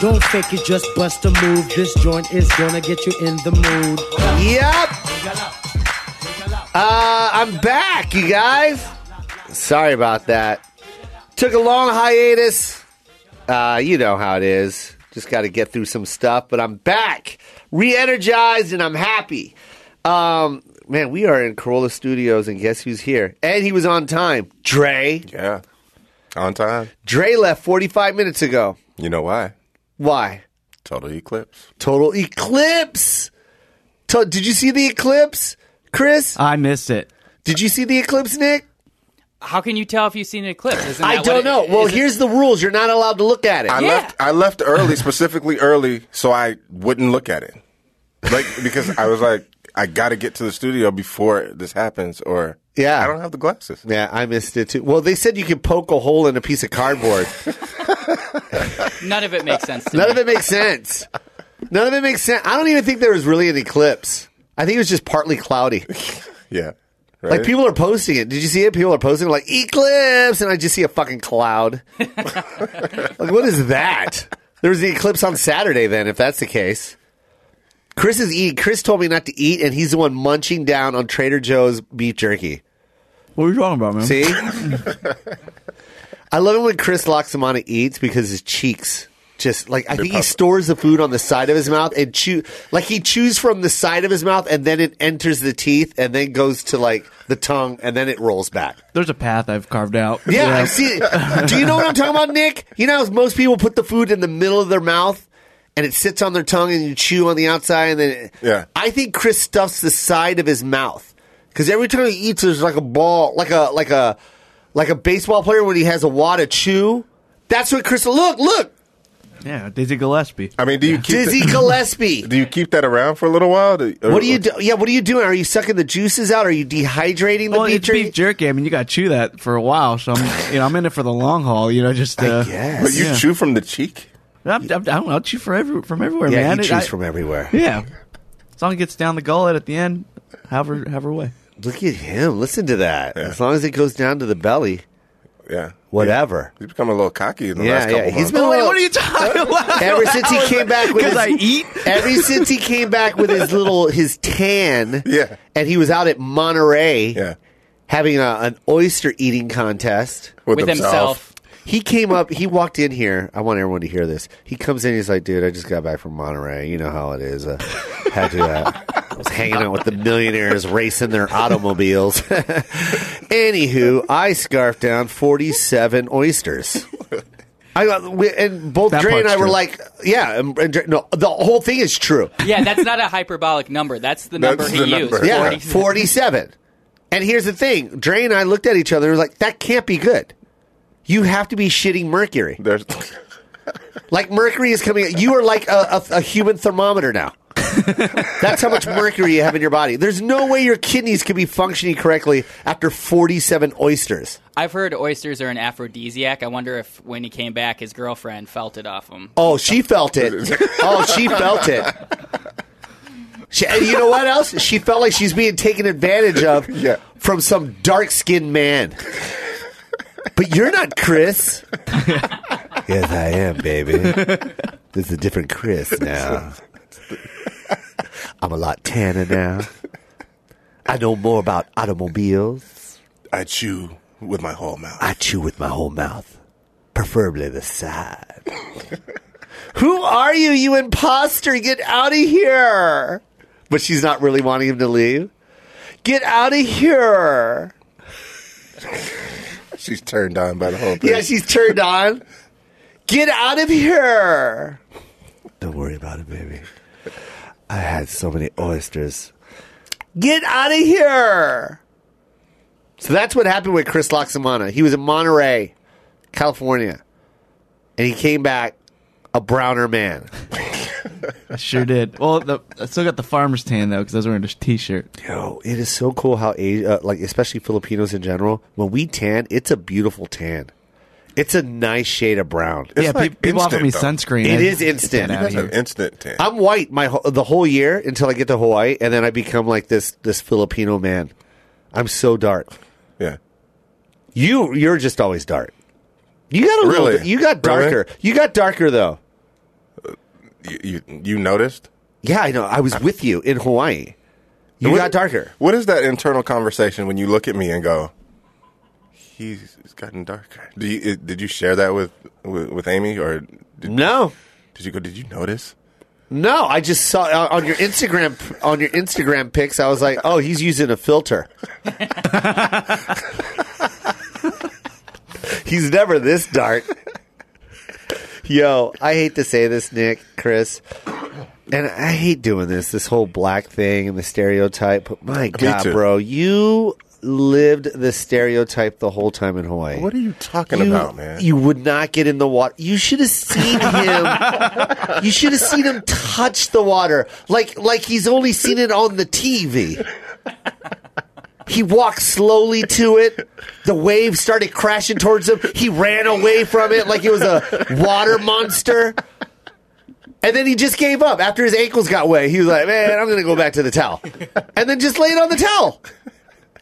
Don't fake it, just bust a move. This joint is gonna get you in the mood. Yep. Uh, I'm back, you guys. Sorry about that. Took a long hiatus. Uh, you know how it is. Just got to get through some stuff, but I'm back, re-energized, and I'm happy. Um, man, we are in Corolla Studios, and guess who's here? And he was on time. Dre. Yeah. On time. Dre left 45 minutes ago. You know why? Why? Total eclipse. Total eclipse. To- did you see the eclipse, Chris? I missed it. Did you see the eclipse, Nick? How can you tell if you've seen an eclipse? Isn't I that what don't it- know. is well, it- here's the rules. You're not allowed to look at it. I Yeah. left I left early, specifically early, so I wouldn't look at it. Like because I was like, I gotta get to the studio before this happens or Yeah. I don't have the glasses. yeah, I missed it too. Well, they said you could poke a hole in a piece of cardboard. none of it makes sense. To None me. of it makes sense. None of it makes sense. I don't even think there was really an eclipse. I think it was just partly cloudy. Yeah. Like Right? people are posting it. Did you see it? People are posting like eclipse, and I just see a fucking cloud. like what is that? There was the eclipse on Saturday. Then, if that's the case, Chris is eating. Chris told me not to eat, and he's the one munching down on Trader Joe's beef jerky. What are you talking about, man? See, I love it when Chris Loxamana eats because his cheeks just like I think he puff- stores the food on the side of his mouth and chew like he chews from the side of his mouth and then it enters the teeth and then goes to like the tongue and then it rolls back. There's a path I've carved out. Yeah, I see. it. Do you know what I'm talking about, Nick? You know how most people put the food in the middle of their mouth and it sits on their tongue and you chew on the outside and then it- Yeah. I think Chris stuffs the side of his mouth cuz every time he eats there's like a ball, like a like a like a baseball player when he has a wad of chew. That's what Chris Look, look. Yeah, Dizzy Gillespie. I mean do you keep Dizzy that, Gillespie. do you keep that around for a little while? or- What do you do? Yeah, what are you doing? Are you sucking the juices out? Are you dehydrating the Well, beef it's jerky? beef jerky. I mean, you got to chew that for a while. So I'm, you know, I'm in it for the long haul. You know, just uh, guess. But you Yeah. chew from the cheek? I'm, I'm, I'm, I'll chew for every, from everywhere, yeah, man. you It- choose I- from everywhere. Yeah, as long as it gets down the gullet at the end, however, however way. Look at him. Listen to that. As long as it goes down to the belly, Yeah. whatever. He's become a little cocky in the Yeah, last couple yeah. He's months. been- Wait, what are you talking about? Ever since he came back with his, Oh. Because I eat. ever since he came back with his little his tan, Yeah. and he was out at Monterey, yeah. having a, an oyster eating contest. with himself. He came up. He walked in here. I want everyone to hear this. He comes in. He's like, "Dude, I just got back from Monterey. You know how it is. Uh, had to. Uh, I was hanging out with the millionaires racing their automobiles. Anywho, I scarfed down forty-seven oysters. I got, we, and both That Dre and I part's were true. like, "Yeah, and, and Dre, no, the whole thing is true. Yeah, that's not a hyperbolic number. That's the That's number he the used. number. Yeah, 40. 47. And here's the thing Dre and I looked at each other and was like, that can't be good. You have to be shitting mercury. There's Like, mercury is coming. You are like a, a, a human thermometer now. That's how much mercury you have in your body. There's no way your kidneys can be functioning correctly after 47 oysters. I've heard oysters are an aphrodisiac. I wonder if when he came back, his girlfriend felt it off him. Oh, she felt it. Oh, she felt it. She, and you know what else? She felt like she's being taken advantage of Yeah. from some dark skinned man. But you're not Chris. yes, I am, baby. This is a different Chris now. I'm a lot tanner now. I know more about automobiles. I chew with my whole mouth. I chew with my whole mouth, preferably the side. Who are you, you imposter? Get out of here. But she's not really wanting him to leave. Get out of here. She's turned on by the whole thing. Yeah, she's turned on. Get out of here. Don't worry about it, baby. I had so many oysters. Get out of here. So that's what happened with Chris Loxamana. He was in Monterey, California, and he came back a browner man. I sure did. Well, the, I still got the farmer's tan though because I was wearing a t-shirt. Yo, it is so cool how Asia, uh, like especially Filipinos in general, when we tan, it's a beautiful tan. It's a nice shade of brown. yeah, pe- like people offer me instant, sunscreen. It I- is get instant. that out of It's here. an instant tan. I'm white my whole- the whole year until I get to Hawaii, and then I become like this this Filipino man. I'm so dark. yeah. You you're just always dark. You got a Really? little. You got Really? darker. You got darker though. You, you, you noticed? Yeah, I know. I was with you in Hawaii. You Uh. What- got darker. What is that internal conversation when you look at me and go, "He's he's gotten darker"? Do you, it- did you share that with with, with Amy, or did, No, did you go? Did you notice? no. I just saw uh, on your Instagram on your Instagram pics. I was like, oh, he's using a filter. he's never this dark. Yo, I hate to say this, Nick, Chris, and I hate doing this. This whole black thing and the stereotype. But my God, too. bro, you lived the stereotype the whole time in Hawaii. What are you talking you, about, man? You would not get in the water. You should have seen him. you should have seen him touch the water, like like he's only seen it on the TV. He walked slowly to it. The waves started crashing towards him. He ran away from it like it was a water monster. And then he just gave up after his ankles got wet. He was like, "Man, I'm going to go back to the towel," and then just laid on the towel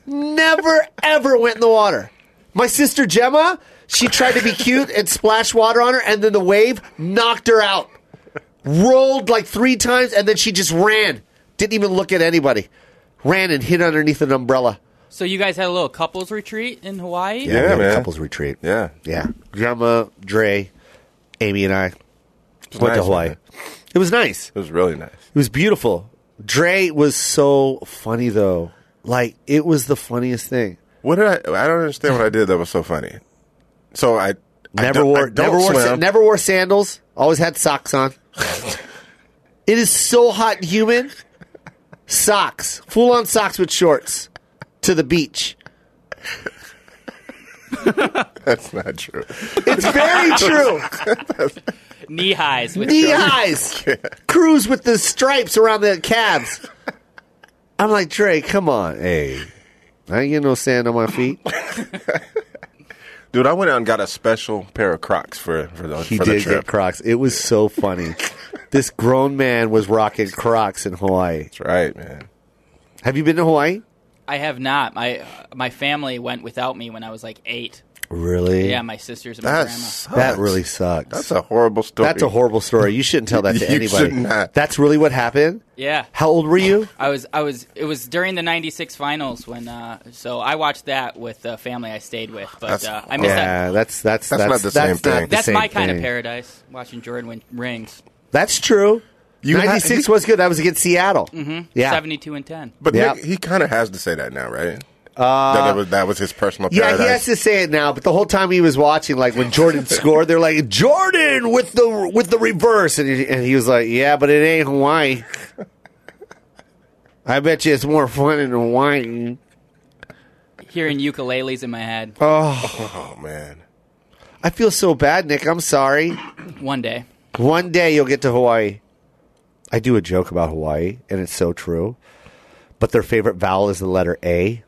never ever went in the water. My sister Gemma, she tried to be cute and splash water on her, and then the wave knocked her out. Rolled like three times, and then she just ran. Didn't even look at anybody. Ran and hid underneath an umbrella. So you guys had a little couples retreat in Hawaii? Yeah, we had a man. couples retreat. yeah, Yeah. Gemma, Dre, Amy, and I It's went to nice, Hawaii. man. It was nice. It was really nice. It was beautiful. Dre was so funny, though. Like, it was the funniest thing. What did I? I don't understand what I did that was so funny. So I I Never don't- I wore don't never wore sa- swim. never wore sandals. Always had socks on. it is so hot and humid. Socks, full on socks with shorts to the beach. That's not true. It's very true. Knee highs with Knee shorts. highs, cruise with the stripes around the calves. I'm like Dre, come on, hey, I ain't getting no sand on my feet. Dude, I went out and got a special pair of Crocs for for the He for the did trip. get Crocs. It was so funny. this grown man was rocking Crocs in Hawaii. That's right, man. Have you been to Hawaii? I have not. My my family went without me when I was like eight. Really? Yeah, my sisters and my That grandma. sucks. That really sucks. That's a horrible story. That's a horrible story. You shouldn't tell that to You anybody. should not. That's really what happened. Yeah, How old were you? I was I was it was during the '96 finals when uh, so I watched that with the family I stayed with, but That's- uh, I missed that. Yeah, that's that's That's not the same not thing. the That's same my kind of thing. paradise. Watching Jordan win rings, That's true. You had- Ninety six was good. That was against Seattle. Mm-hmm. Yeah, seventy-two and ten. But Yeah. Nick, he kind of has to say that now, right? Uh, that, that was that was his personal yeah. paradise. He has to say it now, but the whole time he was watching, like when Jordan scored, they're like Jordan with the with the reverse, and he, and he was like, yeah, but it ain't Hawaii. I bet you it's more fun in Hawaii. Hearing ukuleles in my head. oh man, I feel so bad, Nick. I'm sorry. One day, One day you'll get to Hawaii. I do a joke about Hawaii, and it's so true. But their favorite vowel is the letter A.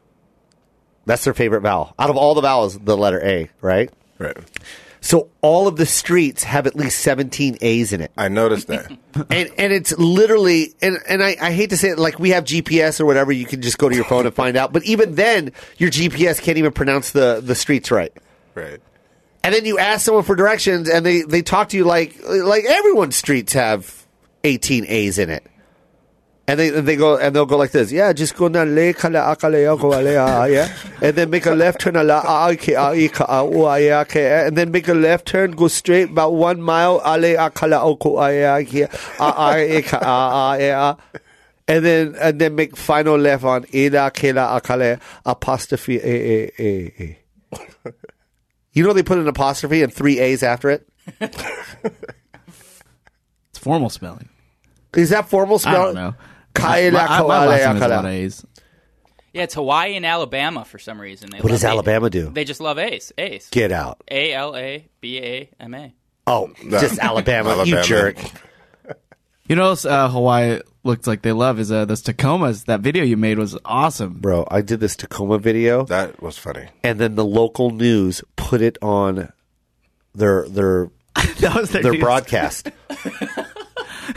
That's their favorite vowel. Out of all the vowels, the letter A, right? right? So all of the streets have at least 17 A's in it. I noticed that. And and it's literally and, and I, I hate to say it, like we have GPS or whatever, you can just go to your phone and find out. But even then, your GPS can't even pronounce the, the streets right. right. And then you ask someone for directions, and they they talk to you like like everyone's streets have eighteen A's in it. And they they go and they'll go like this, yeah, just go na le kala akale ako ale a- a- yeah, and then make a left turn a la a- a- ke a- i- ka a- u- a- ya- ke a- and then make a left turn, go straight about one mile ale akala oko a- ya- ke a- a- e- ka a- a- e- a. and then and then make final left on e, ida kela akale apostrophe a a a a. You know they put an apostrophe and three A's after it? It's formal spelling. Is that formal I spelling? don't know. Kaila my, my last name is Kaila. a lot of A's. yeah, it's Hawaii and Alabama for some reason. They What does love- Alabama do? They just love Ace. Ace. Get out. A L A B A M A. Oh, just Alabama, you Alabama. jerk. You know, what else, uh, Hawaii looks like they love is uh, those Tacomas. That video you made was awesome. Bro, I did this Tacoma video That was funny. and then the local news put it on their their that was their, their news. broadcast.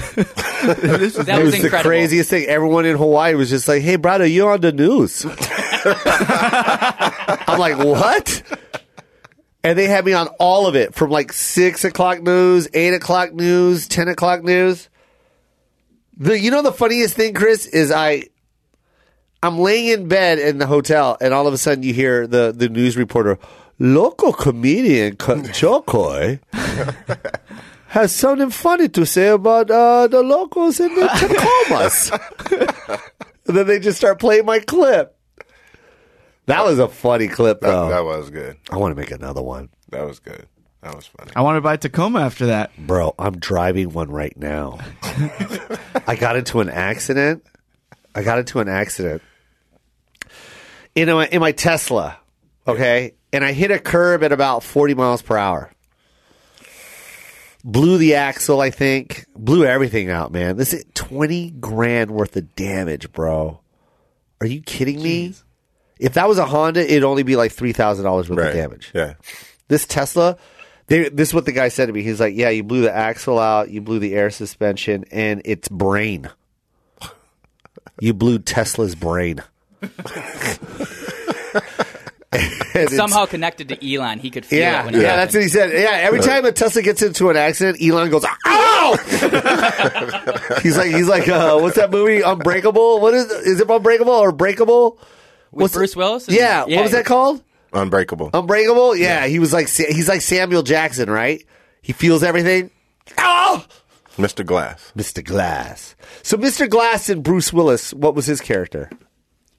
That It was, was the incredible. craziest thing. Everyone in Hawaii was just like, "Hey, brother, you on the news?" I'm like, "What?" And they had me on all of it from like six o'clock news, eight o'clock news, ten o'clock news. The you know the funniest thing, Chris, is I I'm laying in bed in the hotel and all of a sudden you hear the, the news reporter, local comedian Ka- Chokoi has something funny to say about uh, the locals in the Tacomas. and then they just start playing my clip. That was a funny clip That, though. that was good. I want to make another one. That was good. That was funny. I want to buy Tacoma after that. Bro, I'm driving one right now. I got into an accident. I got into an accident. In my, in my Tesla, okay? And I hit a curb at about 40 miles per hour. Blew the axle, I think. Blew everything out, man. This is 20 grand worth of damage, bro. Are you kidding me? If that was a Honda, it'd only be like $3,000 worth Right. of damage Yeah. this Tesla, they, this is what the guy said to me. He's like, "Yeah, you blew the axle out, you blew the air suspension, and its brain. You blew Tesla's brain." And it's- Somehow connected to Elon, he could feel yeah, it. When yeah, it that's happened. what he said. Yeah, every time a Tesla gets into an accident, Elon goes, "Ow!" he's like, he's like, uh, what's that movie, Unbreakable? What is is it Unbreakable or Breakable? With What's- Bruce Willis. and- yeah, what was that called? Unbreakable. Oh. Unbreakable? Yeah, he was like Sa- he's like Samuel Jackson, right? He feels everything. Oh, Mr. Glass. Mr. Glass. So Mr. Glass and Bruce Willis, what was his character?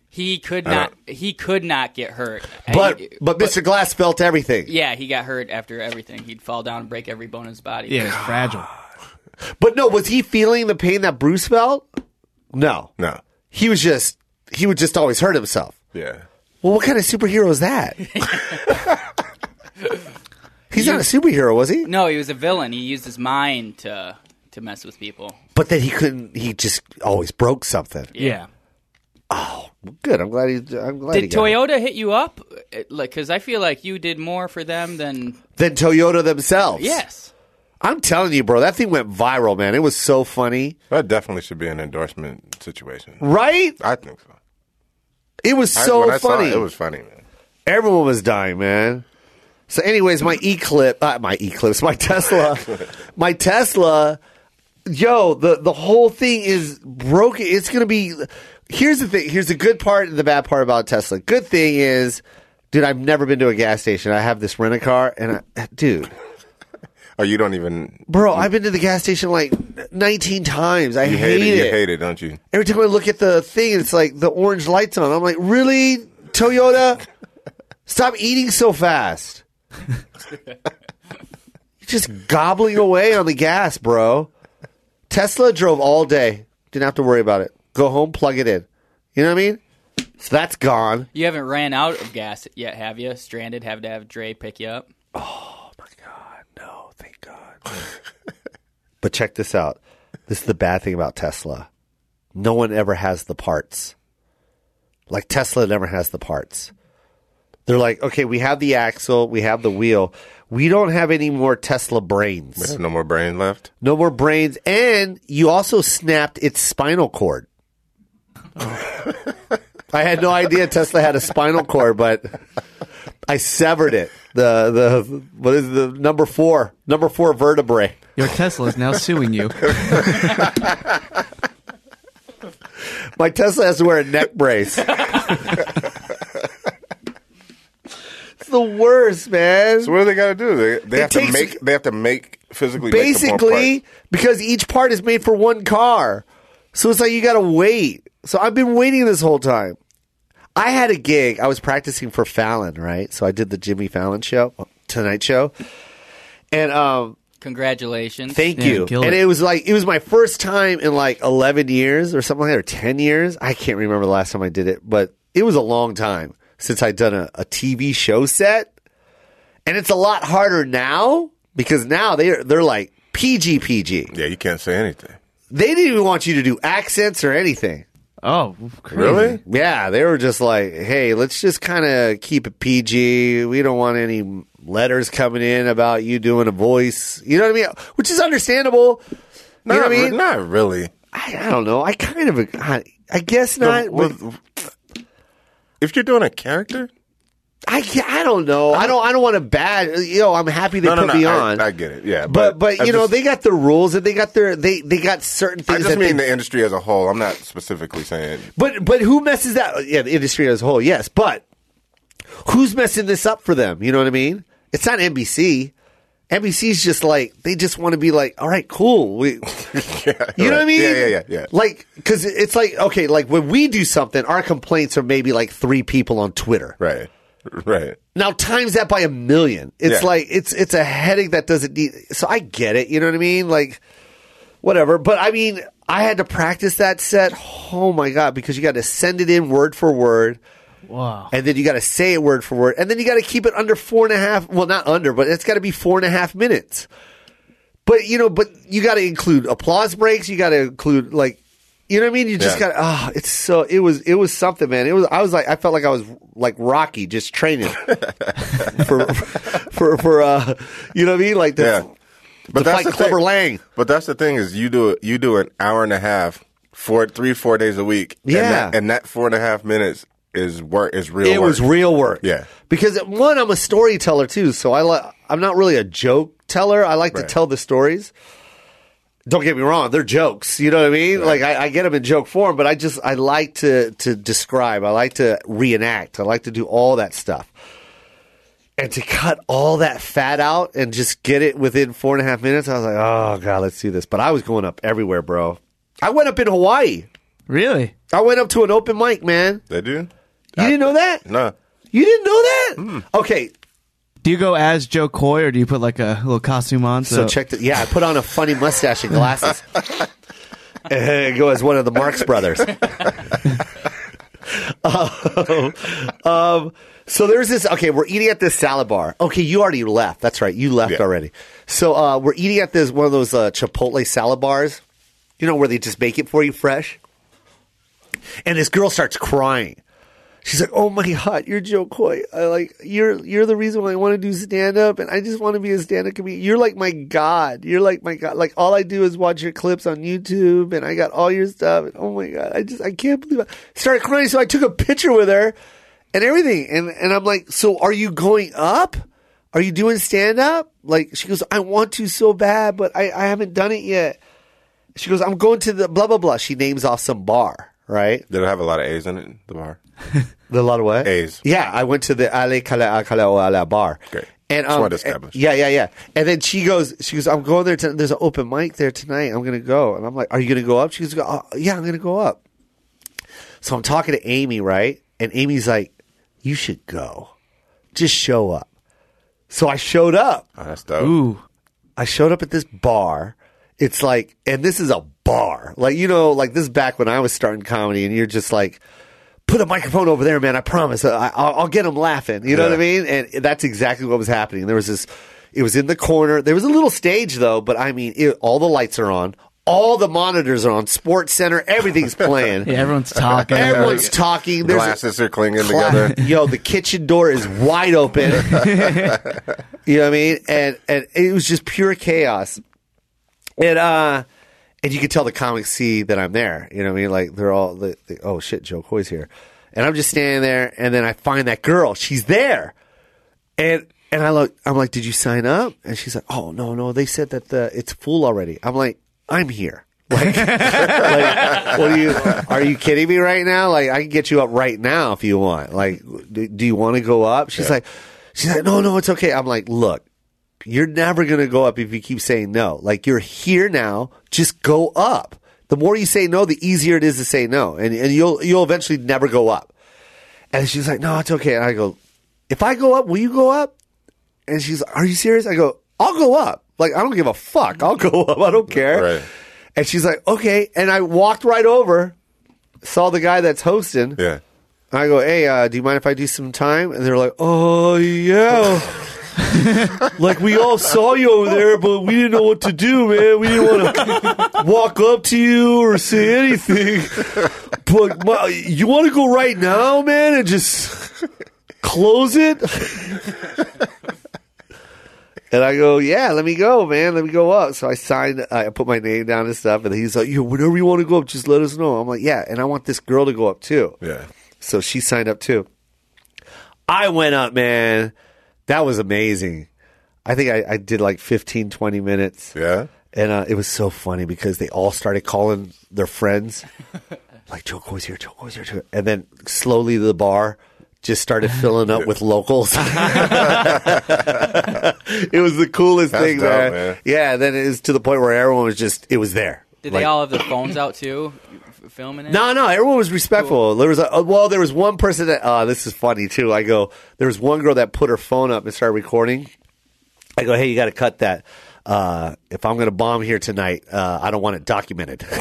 He could not. He could not get hurt. But He- but Mr. Glass felt everything. yeah, he got hurt after everything. He'd fall down and break every bone in his body. Yeah, it's fragile. But no, was he feeling the pain that Bruce felt? No. No. He was just he would just always hurt himself. Yeah. Well, what kind of superhero is that? He's not a superhero, was he? No, he was a villain. He used his mind to to mess with people. But then he couldn't. He just always broke something. Yeah. Good. I'm glad he. I'm glad he Did got it. Toyota hit you up? Uh, Like, because I feel like you did more for them than than Toyota themselves. yes. I'm telling you, bro, that thing went viral, man. It was so funny. That definitely should be an endorsement situation. Right? I think so. It was I- so when I saw funny. it, it was funny, man. Everyone was dying, man. So, anyways, my Eclipse, uh, my Eclipse, my Tesla, my Tesla, yo, the, the whole thing is broken. It's going to be. Here's the thing. Here's the good part and the bad part about Tesla. Good thing is, dude, I've never been to a gas station. I have this rent a car, and I, dude, Oh, you don't even. bro, I've been to the gas station like 19 times. I You hate, it. You hate it, don't you? every time I look at the thing, it's like the orange lights on. I'm like, really, Toyota? Stop eating so fast. You're just gobbling away on the gas, bro. Tesla drove all day. Didn't have to worry about it. Go home, plug it in. You know what I mean? So that's gone. You haven't ran out of gas yet, have you? Stranded, have to have Dre pick you up. No, thank God. but check this out. This is the bad thing about Tesla. No one ever has the parts. Like Tesla never has the parts. They're like, okay, we have the axle, we have the wheel. We don't have any more Tesla We brains. have no more brain left. No more brains. And you also snapped its spinal cord. I had no idea Tesla had a spinal cord, but I severed it. The the what is the number four? Number four vertebrae. Your Tesla is now suing you. My Tesla has to wear a neck brace. it's the worst, man. So what do they got to do? They, they It have to takes- make. They have to make physically. make the ball basically because each part is made for one car. So it's like you got to wait. So I've been waiting this whole time. I had a gig. I was practicing for Fallon, right? So I did the Jimmy Fallon show, Tonight Show. And um Congratulations. thank Yeah, you. kill And it. it was like it was my first time in like 11 years or something like that or 10 years. I can't remember the last time I did it, but it was a long time since I'd done a, a TV show set. And it's a lot harder now because now they are they're like PG PG part. Yeah, you can't say anything. they didn't even want you to do accents or anything. Oh, crazy. Really? Yeah, they were just like, hey, let's just kind of keep it PG. We don't want any letters coming in about you doing a voice. You know what I mean? Which is understandable. Not, Mm-hmm. you know what I re- mean? not really. I, I don't know. I kind of, I, I guess not. Well, if you're doing a character, I can't, I don't know. I don't. I don't want to bad. You know, I'm happy they no, no, put no. me I, on. I get it. Yeah, but but I you know just- they got the rules and they got their they they got certain I things. just that mean they, the industry as a whole. I'm not specifically saying. but but who messes that? Yeah, the industry as a whole. Yes, but who's messing this up for them? You know what I mean? It's not NBC. NBC's just like they just want to be like, all right, cool. We, You know what I Right. mean? Yeah, yeah, yeah, yeah. Like, because it's like, okay, like when we do something, our complaints are maybe like three people on Twitter. Right. Right. Now times that by a million. It's Yeah. like it's it's a headache that doesn't need. So I get it. You know what I mean? Like, whatever. But I mean, I had to practice that set. Oh my god! Because you got to send it in word for word. Wow. And then you got to say it word for word, and then you got to keep it under four and a half. Well, not under, but it's got to be four and a half minutes. But you know, but you got to include applause breaks. You got to include like, you know what I mean. You just Yeah. got. Ah, it's so. It was. It was something, man. It was. I was like. I felt like I was like Rocky, just training for for for. uh You know what I mean? Like the, Yeah. to fight Clubber thing. Lang. But that's the thing is you do you do an hour and a half, four three four days a week. Yeah. and that, and that four and a half minutes is work is real. It was work. real work. Yeah. Because one, I'm a storyteller too, so I li- I'm not really a joke teller. I like to Right. tell the stories. Don't get me wrong; they're jokes. You know what I mean? Like I, I get them in joke form, but I just I like to to describe. I like to reenact. I like to do all that stuff. And to cut all that fat out and just get it within four and a half minutes, I was like, oh god, let's do this. But I was going up everywhere, bro. I went up in Hawaii. Really? I went up to an open mic, man. They do. You didn't know that? No. You didn't know that? Okay, Do you go as Joe Coy or do you put like a little costume on? so check the yeah. I put on a funny mustache and glasses. and go as one of the Marx Brothers. um, um, so there's this. Okay, we're eating at this salad bar. Okay, you already left. That's right, you left Yeah. already. So uh, we're eating at this one of those uh, Chipotle salad bars. You know where they just make it for you fresh. And this girl starts crying. She's like, "Oh my god, you're Joe Coy. I like you're you're the reason why I want to do stand up, and I just want to be a stand up comedian. You're like my god. You're like my god. Like all I do is watch your clips on YouTube, and I got all your stuff. And oh my god, I just I can't believe I started crying. So I took a picture with her, and everything. And and I'm like, so are you going up? Are you doing stand up? Like she goes, I want to so bad, but I I haven't done it yet. She goes, I'm going to the blah blah blah. She names off some bar, right? Did it have a lot of A's in it? The bar. The lot of what? A's. Yeah, I went to the Ale Kala Kala Oala bar. Great. And Just um, wanted to establish. Yeah, yeah, yeah. And then she goes, she goes, I'm going there. To, there's an open mic there tonight. I'm gonna go. And I'm like, Are you gonna go up? She goes, oh, Yeah, I'm gonna go up. So I'm talking to Amy, right? And Amy's like, You should go. Just show up. So I showed up. Oh, that's dope. Ooh. I showed up at this bar. It's like, and this is a bar. Like, you know, like this is back when I was starting comedy, and you're just like, put a microphone over there, man. I promise. I, I'll, I'll get them laughing. You know what I mean? And that's exactly what was happening. There was this, it was in the corner. There was a little stage, though, but I mean, it, all the lights are on, all the monitors are on, Sports Center, everything's playing. Yeah, everyone's talking. Everyone's talking. There's a- Glasses are clinging Cla- together. Yo, the kitchen door is wide open. you know what I mean? And and it was just pure chaos. And uh and you can tell the comics see that I'm there. You know what I mean? Like they're all the, the oh shit, Joe Coy's here. And I'm just standing there and then I find that girl. She's there. And and I look I'm like, "Did you sign up?" And she's like, "Oh, no, no. They said that the it's full already." I'm like, "I'm here." Like, like, what do you? Are you kidding me right now? Like, I can get you up right now if you want. Like, do, do you want to go up? She's like, she's like, no, no, it's okay. I'm like, look, you're never gonna go up if you keep saying no. Like, you're here now. Just go up. The more you say no, the easier it is to say no, and and you'll you'll eventually never go up. And she's like, no, it's okay. And I go, if I go up, will you go up? And she's like, Are you serious? I go, I'll go up. Like, I don't give a fuck. I'll go up. I don't care. Right. And she's like, Okay. And I walked right over, saw the guy that's hosting. Yeah. And I go, Hey, uh, do you mind if I do some time? And they're like, Oh, yeah. like, we all saw you over there, but we didn't know what to do, man. We didn't want to walk up to you or say anything. But my, you want to go right now, man, and just close it? And I go, yeah, let me go, man. Let me go up. So I signed, I put my name down and stuff. And he's like, yo, whenever you want to go up, just let us know. I'm like, yeah. And I want this girl to go up too. Yeah. So she signed up too. I went up, man. That was amazing. I think I, I did like 15, 20 minutes. Yeah. And uh, it was so funny because they all started calling their friends, like Joe Coy's here, Joe Coy's here, Joe. And then slowly the bar just started filling up with locals. it was the coolest That's thing, dope, man. man. Yeah, then it was to the point where everyone was just, it was there. Did Like- they all have their phones out too, f- filming it? no, no, everyone was respectful. There was a, uh, well, there was one person that uh, this is funny too. I go, there was one girl that put her phone up and started recording. I go, hey, you got to cut that. Uh, if I'm going to bomb here tonight, uh, I don't want it documented. but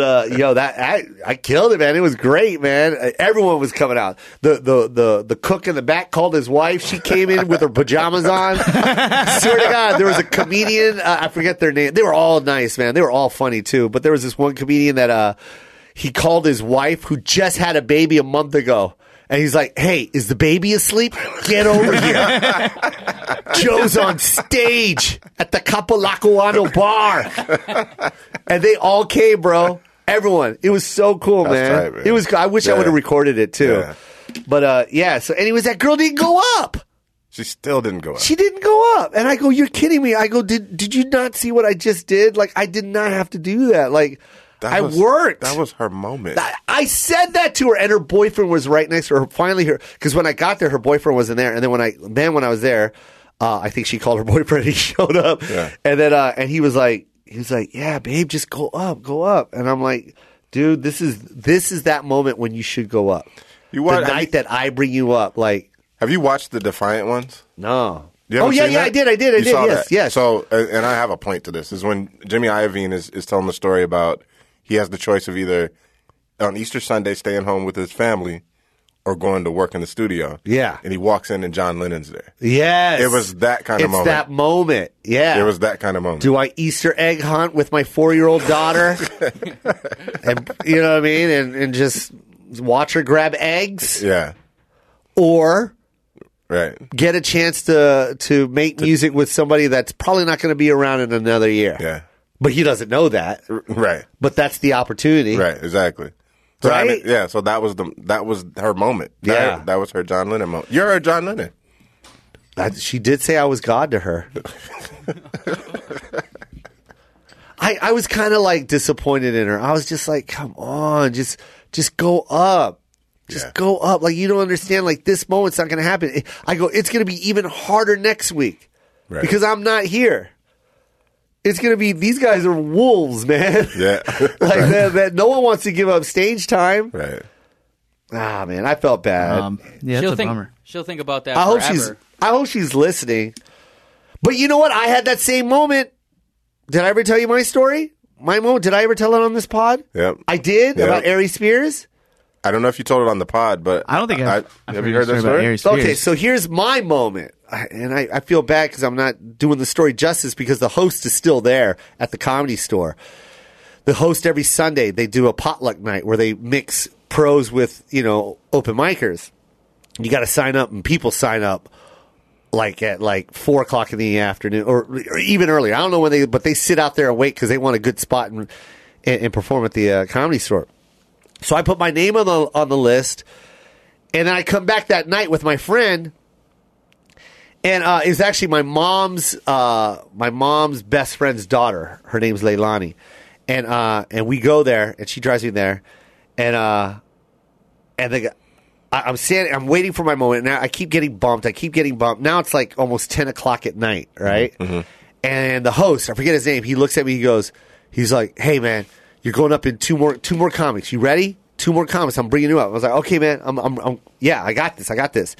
uh, yo, that I, I killed it, man. It was great, man. Uh, Everyone was coming out. The the the the cook in the back called his wife. She came in with her pajamas on. Swear to God, there was a comedian. Uh, I forget their name. They were all nice, man. They were all funny too. But there was this one comedian that uh, he called his wife who just had a baby a month ago. And he's like, "Hey, is the baby asleep? Get over here." Joe's on stage at the Capolacuano bar and they all came, bro. Everyone. It was so cool, That's man. tight, man. It was. I wish I Yeah. would have recorded it too. Yeah. But uh, yeah. So, anyways, that girl didn't go up. She still didn't go up. She didn't go up. And I go, "You're kidding me." I go, "Did did you not see what I just did? Like, I did not have to do that. Like, That I was- worked. That was her moment. I, I said that to her, and her boyfriend was right next to her. Finally, her because when I got there, her boyfriend wasn't there, and then when I then when I was there, uh, I think she called her boyfriend. He showed up, Yeah. and then uh, and he was like, he was like, yeah, babe, just go up, go up, and I'm like. Dude, this is this is that moment when you should go up. You what? the I night mean- that I bring you up, like Have you watched the Defiant ones? no. You oh haven't yeah, seen yeah, that? I did, I did, I You did. saw Yes, that. yes. So, and and I have a point to this is when Jimmy Iovine is, is telling the story about he has the choice of either on Easter Sunday staying home with his family or going to work in the studio. Yeah. and he walks in and John Lennon's there. yes, It was that kind it's of moment. that moment. Yeah, It was that kind of moment. Do I Easter egg hunt with my four year old daughter? and you know what I mean? And and just watch her grab eggs yeah, or right. get a chance to to make music with somebody that's probably not gonna be around in another year. Yeah, But he doesn't know that. right, But that's the opportunity. right. Exactly. So I mean, Right? yeah. So that was the that was her moment. That- Yeah. that was her John Lennon moment. You're her John Lennon. That, she did say I was God to her. I, I was kind of like disappointed in her. I was just like, come on, just just go up. Just Yeah. go up. Like you don't understand like this moment's not going to happen. I go, it's going to be even harder next week Right. because I'm not here. It's going to be these guys are wolves, man. Yeah. like that, that no one wants to give up stage time. Right. Ah, man, I felt bad. Um, yeah, she'll it's a think. bummer. She'll think about that. I hope forever. she's I hope she's listening. But you know what? I had that same moment. Did I ever tell you my story? My moment. Did I ever tell it on this pod? Yep. I did Yep. about Ari Spears. I don't know if you told it on the pod, but I don't think I've, I've have you heard that a story? about Ari Okay, Spears. so here's my moment, I- and I, I feel bad because I'm not doing the story justice because the host is still there at the comedy store. The host every Sunday they do a potluck night where they mix pros with you know open micers. You got to sign up, and people sign up like at like four o'clock in the afternoon or, or even earlier. I don't know when they, but they sit out there and wait because they want a good spot and and, and perform at the uh, comedy store. So I put my name on the on the list, and then I come back that night with my friend, and uh, it was actually my mom's uh, my mom's best friend's daughter. Her name's Leilani, and uh, and we go there, and she drives me there, and uh, and the. guy- I- I'm standing. I'm waiting for my moment. Now I keep getting bumped. I keep getting bumped. Now it's like almost ten o'clock at night, right? And the host, I forget his name. He looks at me. He goes, he's like, "Hey man, you're going up in two more two more comics. You ready? Two more comics. I'm bringing you up." I was like, "Okay man, I'm, I'm, I'm yeah, I got this. I got this."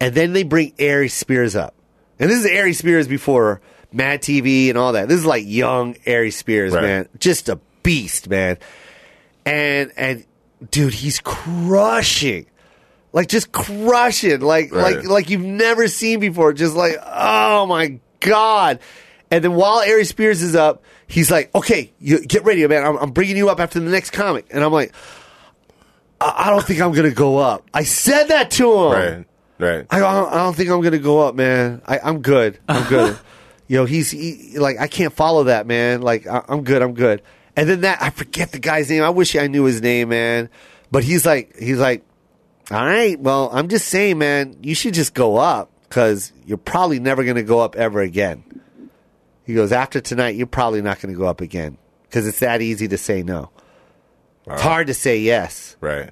And then they bring Ari Spears up, and this is Ari Spears before Mad TV and all that. This is like young Ari Spears, Right. man, just a beast, man. And and dude, he's crushing like just crush it like Right. like like you've never seen before just like oh my god and then while Ari Spears is up he's like okay you get ready man I'm, I'm bringing you up after the next comic and I'm like I, I don't think I'm gonna go up I said that to him Right. Right. I don't, I don't think I'm gonna go up, man. I, I'm good. I'm good. Yo, he's he, like, I can't follow that, man. Like, I, I'm good. I'm good. And then that, I forget the guy's name. I wish I knew his name, man. But he's like, he's like, All right. Well, I'm just saying, man, you should just go up because you're probably never going to go up ever again. He goes, after tonight, you're probably not going to go up again because it's that easy to say no. It's hard to say yes. Right.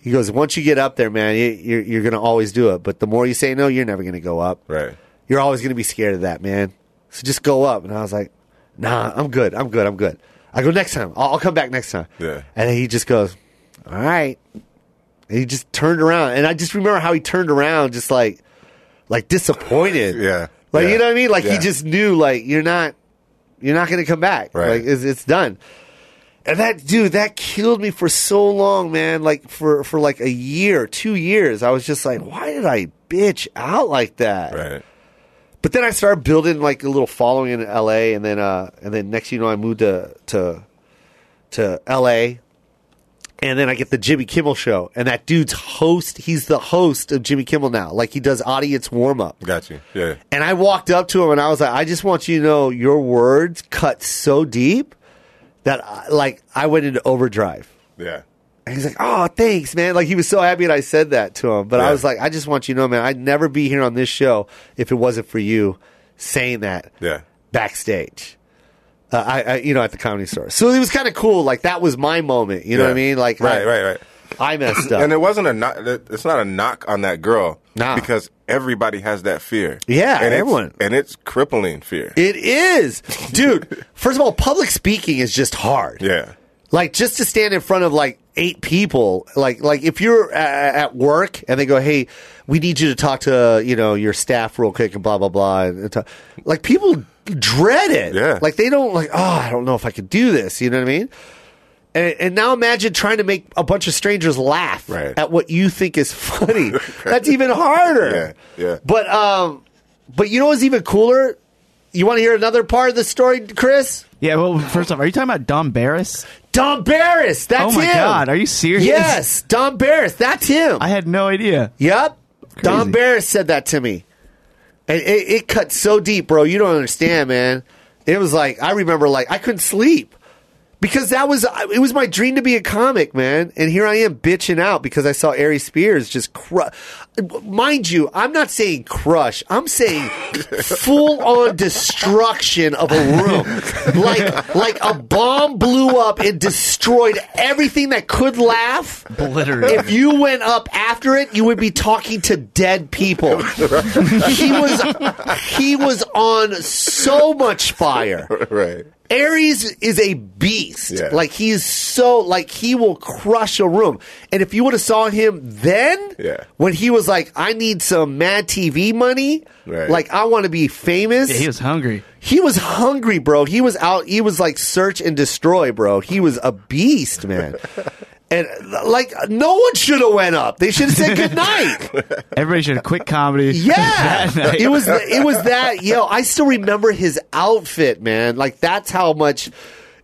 He goes, once you get up there, man, you, you're, you're going to always do it. But the more you say no, you're never going to go up. Right. You're always going to be scared of that, man. So just go up. And I was like, nah, I'm good. I'm good. I'm good. I go next time. I'll, I'll come back next time. Yeah. And he just goes, all right. And he just turned around. And I just remember how he turned around, just like, like disappointed. Yeah. Like, Yeah. you know what I mean? Like Yeah. he just knew, like, you're not, you're not going to come back. Right. Like it's, it's done. And that dude, that killed me for so long, man. Like for for like a year, two years, I was just like, why did I bitch out like that? Right. But then I started building like a little following in L.A. and then uh and then next thing you know, I moved to to to L.A. And then I get the Jimmy Kimmel show, and that dude's host. He's the host of Jimmy Kimmel now. Like he does audience warm up. Got you. Yeah. And I walked up to him and I was like, I just want you to know your words cut so deep that I, like I went into overdrive. Yeah. And he's like, "Oh, thanks, man!" Like he was so happy that I said that to him. But I Yeah. was like, "I just want you to know, man, I'd never be here on this show if it wasn't for you saying that Yeah. backstage." Uh, I, I, you know, at the comedy store. So it was kind of cool. Like that was my moment. You know what I Yeah. mean? Like, right, I, right, right. I messed up. And it wasn't a knock. It's not a knock on that girl. Nah. Because everybody has that fear. Yeah, And it's- everyone. and it's crippling fear. it is, dude. first of all, public speaking is just hard. yeah. like just to stand in front of like eight people like like if you're a- a- at work and they go hey we need you to talk to you know your staff real quick and blah blah blah and, and talk. like people dread it Yeah. like they don't like oh i don't know if i could do this you know what i mean and, and now imagine trying to make a bunch of strangers laugh Right. at what you think is funny that's even harder Yeah, yeah. but um but you know what's even cooler you want to hear another part of the story chris Yeah, well, first off, are you talking about Don Barris? Don Barris, that's oh my him. god, are you serious? Yes, Don Barris. That's him. I had no idea. yep. Don Crazy. Barris said that to me. And it, it cut so deep, bro. You don't understand, man. It was like, I remember, like, I couldn't sleep because that was, it was my dream to be a comic, man. And here I am bitching out because I saw Ari Spears just crush. Mind you, I'm not saying crush. I'm saying full on destruction of a room. Like, like a bomb blew up and destroyed everything that could laugh Obliterated. if you went up after it, you would be talking to dead people. he was he was on so much fire. Right. Aries is a beast. Yeah. Like he is so like he will crush a room. And if you would have saw him then, Yeah. when he was like, I need some Mad TV money, Right. like I want to be famous. Yeah, he was hungry. He was hungry, bro. He was out. He was like search and destroy, bro. He was a beast, man. and like no one should have went up. They should have said goodnight. Everybody should have quit comedy. yeah, that night. it was it was that. Yo, I still remember his outfit, man. Like that's how much.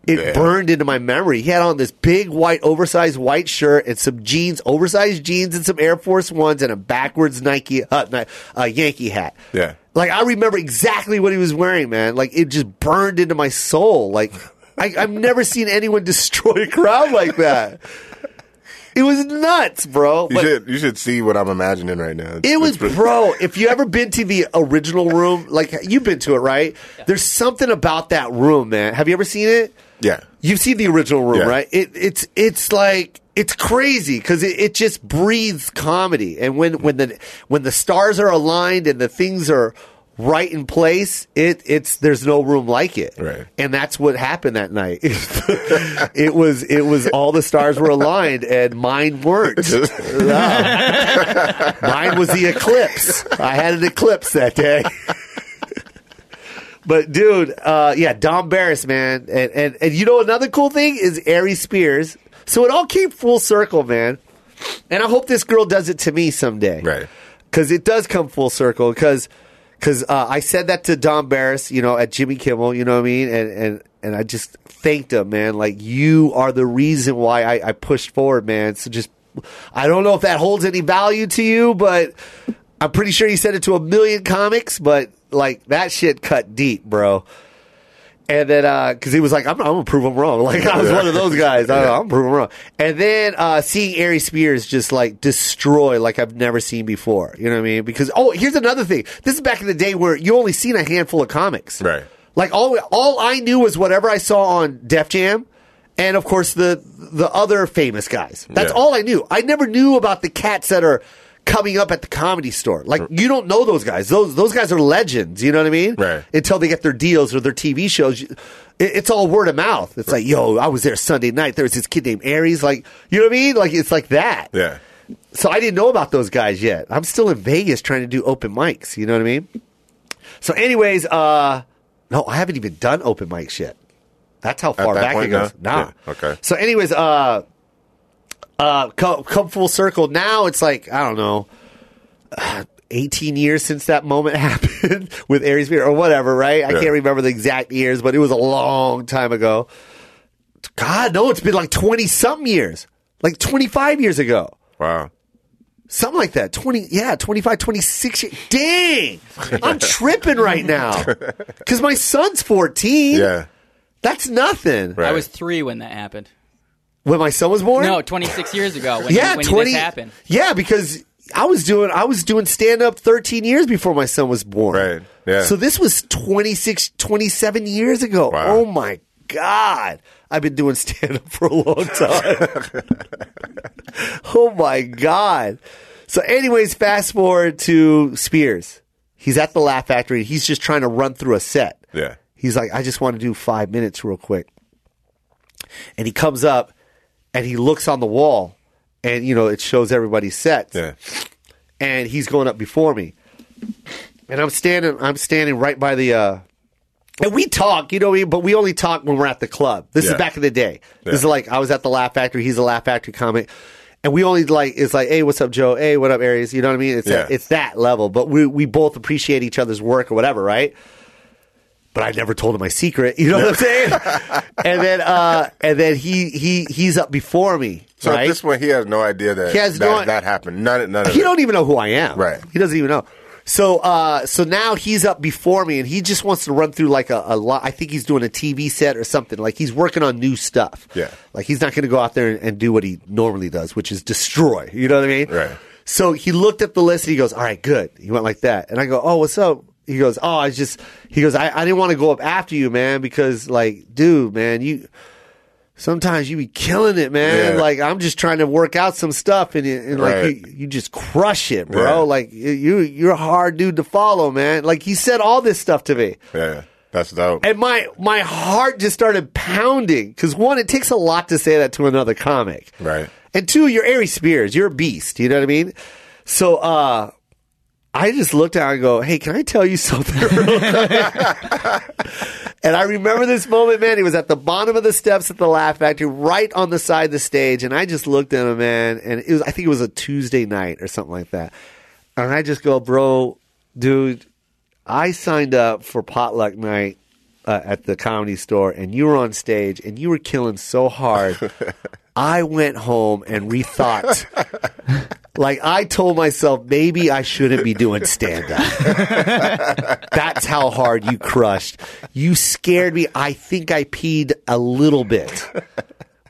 It Yeah. burned into my memory. He had on this big white, oversized white shirt and some jeans, oversized jeans and some Air Force Ones and a backwards Nike, uh, ni- uh, Yankee hat. Yeah. Like I remember exactly what he was wearing, man. Like it just burned into my soul. Like I, I've never seen anyone destroy a crowd like that. It was nuts, bro. You But should you should see what I'm imagining right now. It's- it was, it's pretty- bro. If you ever been to the original room, like you've been to it, right? There's something about that room, man. Have you ever seen it? Yeah. You've seen the original room, Yeah. right? It, it's it's like it's crazy because it, it just breathes comedy. And when when the when the stars are aligned and the things are right in place, it it's there's no room like it. Right. And that's what happened that night. it was it was all the stars were aligned and mine weren't. No. Mine was the eclipse. I had an eclipse that day. But dude, uh, yeah, Don Barris, man, and, and and you know another cool thing is Ari Spears. So it all came full circle, man. And I hope this girl does it to me someday, Right. Because it does come full circle. Because because uh, I said that to Don Barris, you know, at Jimmy Kimmel, you know what I mean, and and and I just thanked him, man. Like you are the reason why I, I pushed forward, man. So just I don't know if that holds any value to you, but I'm pretty sure he said it to a million comics, but like that shit cut deep, bro. And then, because he was like, I'm, I'm going to prove him wrong. Like, I was one of those guys. I, I'm going to prove him wrong. And then uh, seeing Ari Spears just like destroy like I've never seen before. You know what I mean? Because, oh, here's another thing. This is back in the day where you only seen a handful of comics. Right. Like, all, all I knew was whatever I saw on Def Jam. And of course, the the other famous guys. That's Yeah. all I knew. I never knew about the cats that are coming up at the comedy store. Like you don't know those guys. Those those guys are legends. You know what I mean? Right. Until they get their deals or their TV shows, You- it- it's all word of mouth. It's like, yo, I was there Sunday night. There was this kid named Aries. Like, you know what I mean? Like it's like that. Yeah. So I didn't know about those guys yet. I'm still in Vegas trying to do open mics. You know what I mean? So, anyways, uh, no, I haven't even done open mics yet. That's how far that back it point, goes. no? Nah. Yeah, okay. So, anyways, uh, uh, come, come full circle. Now it's like I don't know. uh, 18 years since that moment happened with Aries Beer or whatever, right? I Yeah. can't remember the exact years, but it was a long time ago. God, no, it's been like 20 something years, like 25 years ago Wow. something like that 20 yeah 25 26 years. dang i'm tripping right now because my son's 14 Yeah. that's nothing Right. I was three when that happened. when my son was born No, 26 years ago when, yeah when 20 this happened. yeah because i was doing i was doing stand up 13 years before my son was born Right, yeah. so this was 26 27 years ago Wow. oh my god i've been doing stand up for a long time Oh my God. So, anyways, fast forward to Spears. He's at the Laugh Factory. He's just trying to run through a set. Yeah. He's like, I just want to do five minutes real quick. And he comes up and he looks on the wall and, you know, it shows everybody's sets. Yeah. And he's going up before me. And I'm standing, I'm standing right by the, uh, and we talk, you know, we- but we only talk when we're at the club. This is Yeah. back in the day. Yeah. This is like I was at the Laugh Factory. He's a Laugh Factory comic, and we only like it's like, hey, what's up, Joe? Hey, what up, Aries? You know what I mean? It's that, Yeah. it's that level. But we we both appreciate each other's work or whatever, right? But I never told him my secret. You know what I'm saying? and then uh, and then he he he's up before me, So right? at this point, he has no idea that He has that, no- that happened. None, none of he it. don't even know who I am. Right. He doesn't even know. So uh, so now he's up before me, and he just wants to run through like a, a lot. I think he's doing a TV set or something. Like he's working on new stuff. Yeah. Like he's not going to go out there and, and do what he normally does, which is destroy. You know what I mean? Right. So he looked at the list and he goes, "All right, good." He went like that, and I go, "Oh, what's up?" He goes, "Oh, I just," he goes, "I, I didn't want to go up after you, man, because like, dude, man, you." Sometimes you be killing it, man. Yeah. Like I'm just trying to work out some stuff, and, it- and like Right. you, you just crush it, bro. Yeah. Like you- you, you're a hard dude to follow, man. Like he said all this stuff to me, Yeah. That's dope. and my my heart just started pounding because one, it takes a lot to say that to another comic, Right. And two, you're Aries Spears, you're a beast. You know what I mean? So, uh, I just looked down and go, "Hey, can I tell you something?" real quick?" and I remember this moment, man. He was at the bottom of the steps at the Laugh Factory, right on the side of the stage, and I just looked at him, man. And it was, I think it was a Tuesday night or something like that. And I just go, "Bro, dude, I signed up for potluck night." Uh, at the comedy store, and you were on stage, and you were killing so hard. I went home and rethought like I told myself, maybe I shouldn't be doing stand up. That's how hard you crushed. You scared me. I think I peed a little bit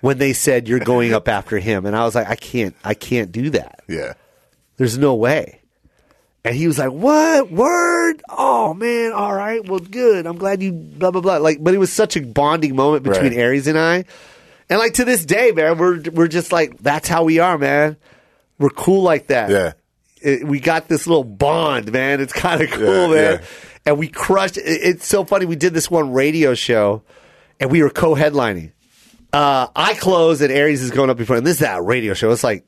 when they said you're going up after him, and I was like, I can't, I can't do that. yeah. There's no way. And he was like, "What word? Oh man, all right, well, good. I'm glad you blah blah blah." Like, but it was such a bonding moment between Right. Aries and I, and like to this day, man, we're we're just like that's how we are, man. We're cool like that Yeah. it, we got this little bond, man. It's kind of cool, Yeah, man. yeah. And we crushed. It, it's so funny. We did this one radio show, and we were co-headlining. Uh, I close, and Aries is going up before. And this is that radio show. It's like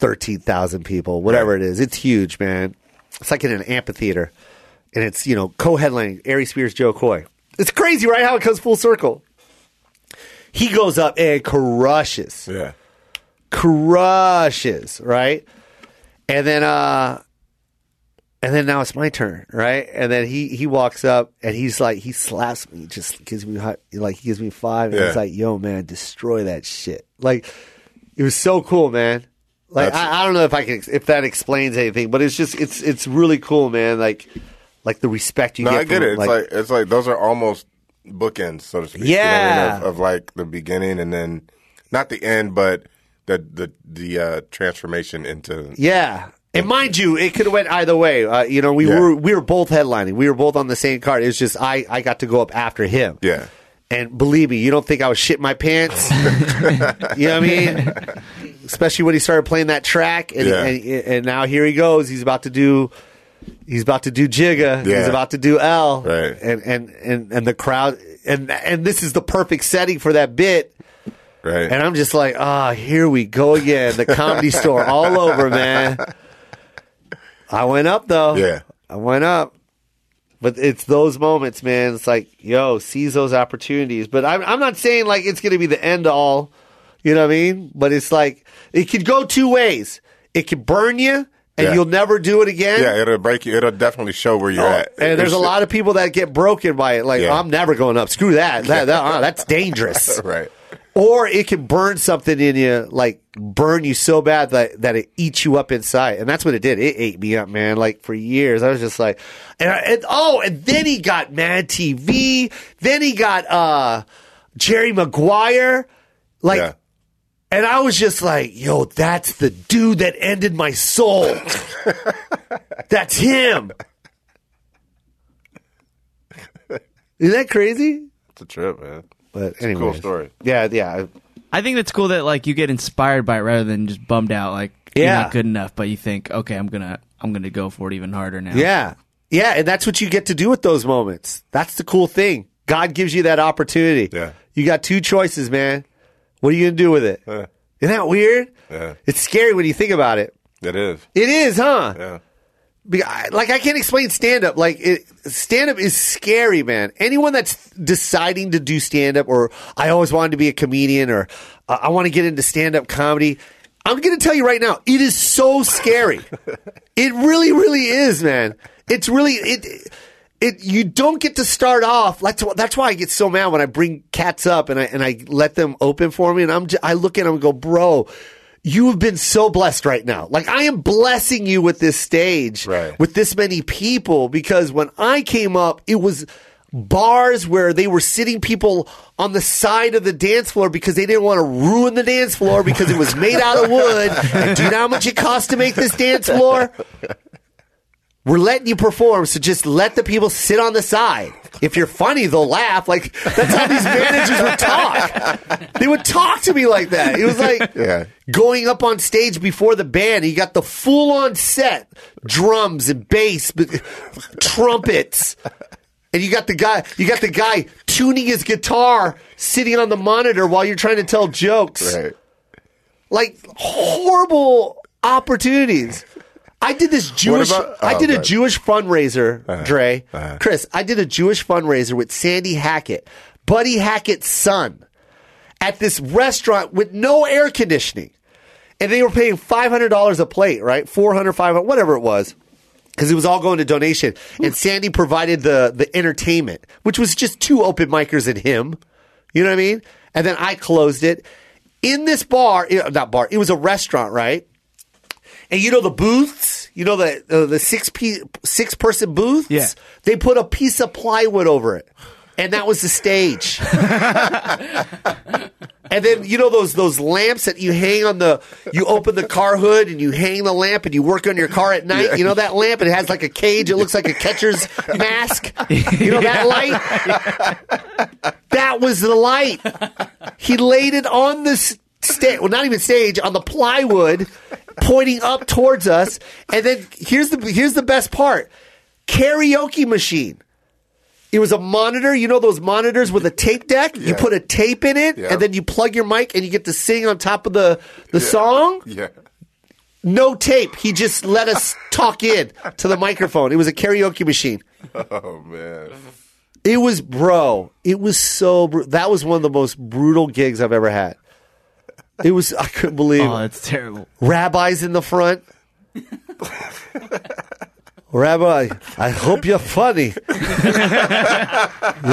thirteen thousand people, whatever it is. It's huge, man. It's like in an amphitheater, and it's you know co-headlining Aries Spears, Joe Coy. It's crazy, right? How it comes full circle. He goes up and crushes Yeah. crushes, right? And then uh and then now it's my turn, right? And then he he walks up and he's like he slaps me, just gives me hot- like he gives me five and Yeah. he's like, "Yo, man, destroy that shit." Like it was so cool, man. Like That's- I, I don't know if I can if that explains anything, but it's just it's it's really cool, man. Like like the respect you No, get. I get from, it. It's like, it's like those are almost bookends, so to speak. you know what I mean, Yeah. of, of like the beginning and then not the end, but the the the uh, transformation into Yeah. And mind you, it could have went either way. Uh, you know, we Yeah. were we were both headlining. We were both on the same card. It was just I I got to go up after him. yeah. And believe me, you don't think I was shit my pants. you know what I mean? Especially when he started playing that track, and, Yeah. and and now here he goes. He's about to do. He's about to do Jigga. He's Yeah. about to do L. Right. And and and and the crowd and and this is the perfect setting for that bit. Right. And I'm just like, ah, here we go again. The comedy store all over, man. I went up though. Yeah. I went up. But it's those moments, man. It's like, yo, seize those opportunities. But I'm, I'm not saying like it's going to be the end all. You know what I mean? But it's like, it could go two ways. It could burn you and Yeah. you'll never do it again. yeah, it'll break you. It'll definitely show where you're at. Oh, And there's a It's- lot of people that get broken by it. Like, Yeah. I'm never going up. Screw that. that, that uh, that's dangerous Right. or it can burn something in you, like burn you so bad that that it eats you up inside, and that's what it did. It ate me up, man. Like for years, I was just like, and, I, and oh, and then he got Mad TV, then he got uh Jerry Maguire, like. yeah. And I was just like, yo, that's the dude that ended my soul. that's him. Isn't that crazy? It's a trip, man. But a anyway. cool story. Yeah, yeah. I think that's cool that like you get inspired by it rather than just bummed out like you're Yeah. not good enough, but you think, okay, I'm gonna I'm gonna go for it even harder now. Yeah. Yeah. And that's what you get to do with those moments. That's the cool thing. God gives you that opportunity. Yeah. You got two choices, man. What are you going to do with it? Isn't that weird? Yeah. It's scary when you think about it. It is. It is, huh? Yeah. Be- I- Like I can't explain stand up. Like it, stand up is scary, man. Anyone that's deciding to do stand up, or I always wanted to be a comedian, or uh, I want to get into stand up comedy. I'm going to tell you right now, it is so scary. it really, really is, man. It's really it. It you don't get to start off. That's wh- that's why I get so mad when I bring cats up and I and I let them open for me, and I'm j- I look at them and go, bro. You have been so blessed right now. Like I am blessing you with this stage, Right. with this many people. Because when I came up, it was bars where they were sitting people on the side of the dance floor because they didn't want to ruin the dance floor because it was made out of wood. And do you know how much it costs to make this dance floor? We're letting you perform, so just let the people sit on the side. If you're funny, they'll laugh. Like that's how these managers would talk. They would talk to me like that. It was like Yeah. going up on stage before the band. You got the full on set, drums and bass, but trumpets, and you got the guy. You got the guy tuning his guitar, sitting on the monitor while you're trying to tell jokes Right. like horrible opportunities. I did this Jewish. about- I oh, did a right. Jewish fundraiser, Dre, Chris. I did a Jewish fundraiser with Sandy Hackett, Buddy Hackett's son, at this restaurant with no air conditioning, and they were paying five hundred dollars a plate, right? 400, 500, whatever it was. Because it was all going to donation, and Sandy provided the the entertainment, which was just two open micers and him. You know what I mean? And then I closed it in this bar, eh, not bar. It was a restaurant, right? And you know the booths, you know the uh, the six pe- six person booths. Yeah. they put a piece of plywood over it, and that was the stage. and then you know those those lamps that you hang on the you open the car hood and you hang the lamp and you work on your car at night. You know that lamp? It has like a cage. It looks like a catcher's mask. You know that light? that was the light. He laid it on the stage, well, not even stage, on the plywood, pointing up towards us. And then here's the here's the best part: karaoke machine. It was a monitor. You know those monitors with a tape deck. You put a tape in it, Yeah. and then you plug your mic, and you get to sing on top of the the song. Yeah. No tape. He just let us talk in to the microphone. It was a karaoke machine. Oh man. It was, bro. It was so. Br- that was one of the most brutal gigs I've ever had. It was. I couldn't believe. Oh, it. that's terrible. Rabbis in the front. Rabbi, I hope you're funny. you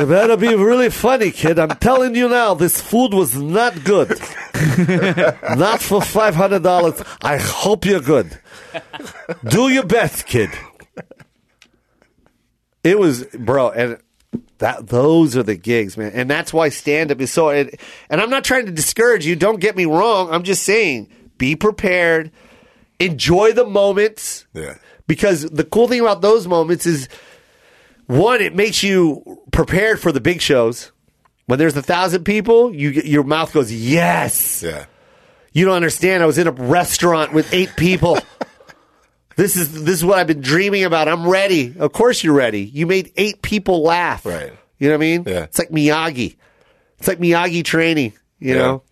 better be really funny, kid. I'm telling you now, this food was not good. not for five hundred dollars. I hope you're good. Do your best, kid. It was, bro, and That those are the gigs, man, and that's why stand up is so. And, and I'm not trying to discourage you. Don't get me wrong. I'm just saying, be prepared, enjoy the moments, Yeah. because the cool thing about those moments is one, it makes you prepared for the big shows. When there's a thousand people, you your mouth goes yes. Yeah. You don't understand. I was in a restaurant with eight people. this is this is what I've been dreaming about. I'm ready. Of course you're ready. You made eight people laugh. Right. You know what I mean? Yeah. It's like Miyagi. It's like Miyagi training, you Yeah. know?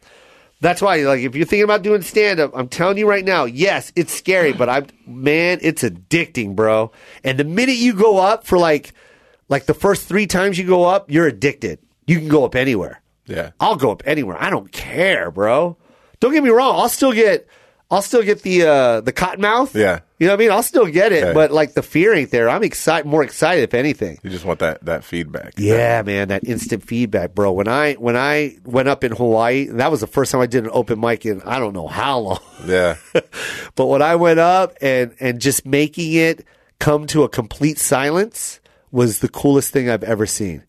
That's why like if you're thinking about doing stand up, I'm telling you right now, yes, it's scary, but I'm man, it's addicting, bro. And the minute you go up for like like the first 3 times you go up, you're addicted. You can go up anywhere. Yeah. I'll go up anywhere. I don't care, bro. Don't get me wrong. I'll still get, I'll still get the uh, the cotton mouth. Yeah. you know what I mean. I'll still get it, Yeah. but like the fear ain't there. I'm excited, more excited if anything. You just want that that feedback. Yeah, man, that instant feedback, bro. When I when I went up in Hawaii, that was the first time I did an open mic in I don't know how long. Yeah. but when I went up and and just making it come to a complete silence was the coolest thing I've ever seen.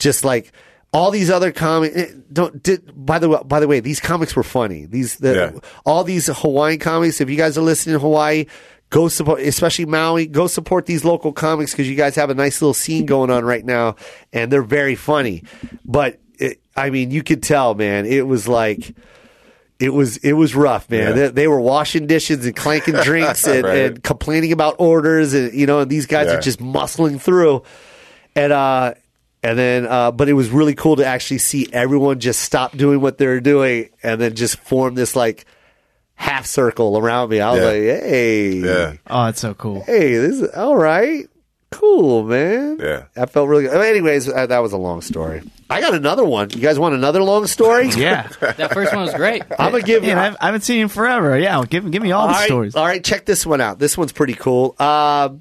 Just like all these other comics don't did by the way by the way these comics were funny. These the, Yeah. all these Hawaiian comics. If you guys are listening in Hawaii, go support especially Maui. Go support these local comics because you guys have a nice little scene going on right now, and they're very funny. But it, I mean, you could tell, man. It was like it was it was rough, man. Yeah. They, they were washing dishes and clanking drinks and, Right. and complaining about orders, and you know, and these guys Yeah. are just muscling through, and uh, and then uh, but it was really cool to actually see everyone just stop doing what they're doing and then just form this like half circle around me. I was Yeah. like, hey, Yeah. Oh, it's so cool. hey, this is all right. Cool, man. Yeah. I felt really good. Anyways, uh, that was a long story. I got another one. You guys want another long story? Yeah. That first one was great. I'm gonna give Yeah, I've, I haven't seen him forever. Yeah, give give me all the right, stories. All right, check this one out. This one's pretty cool. Um,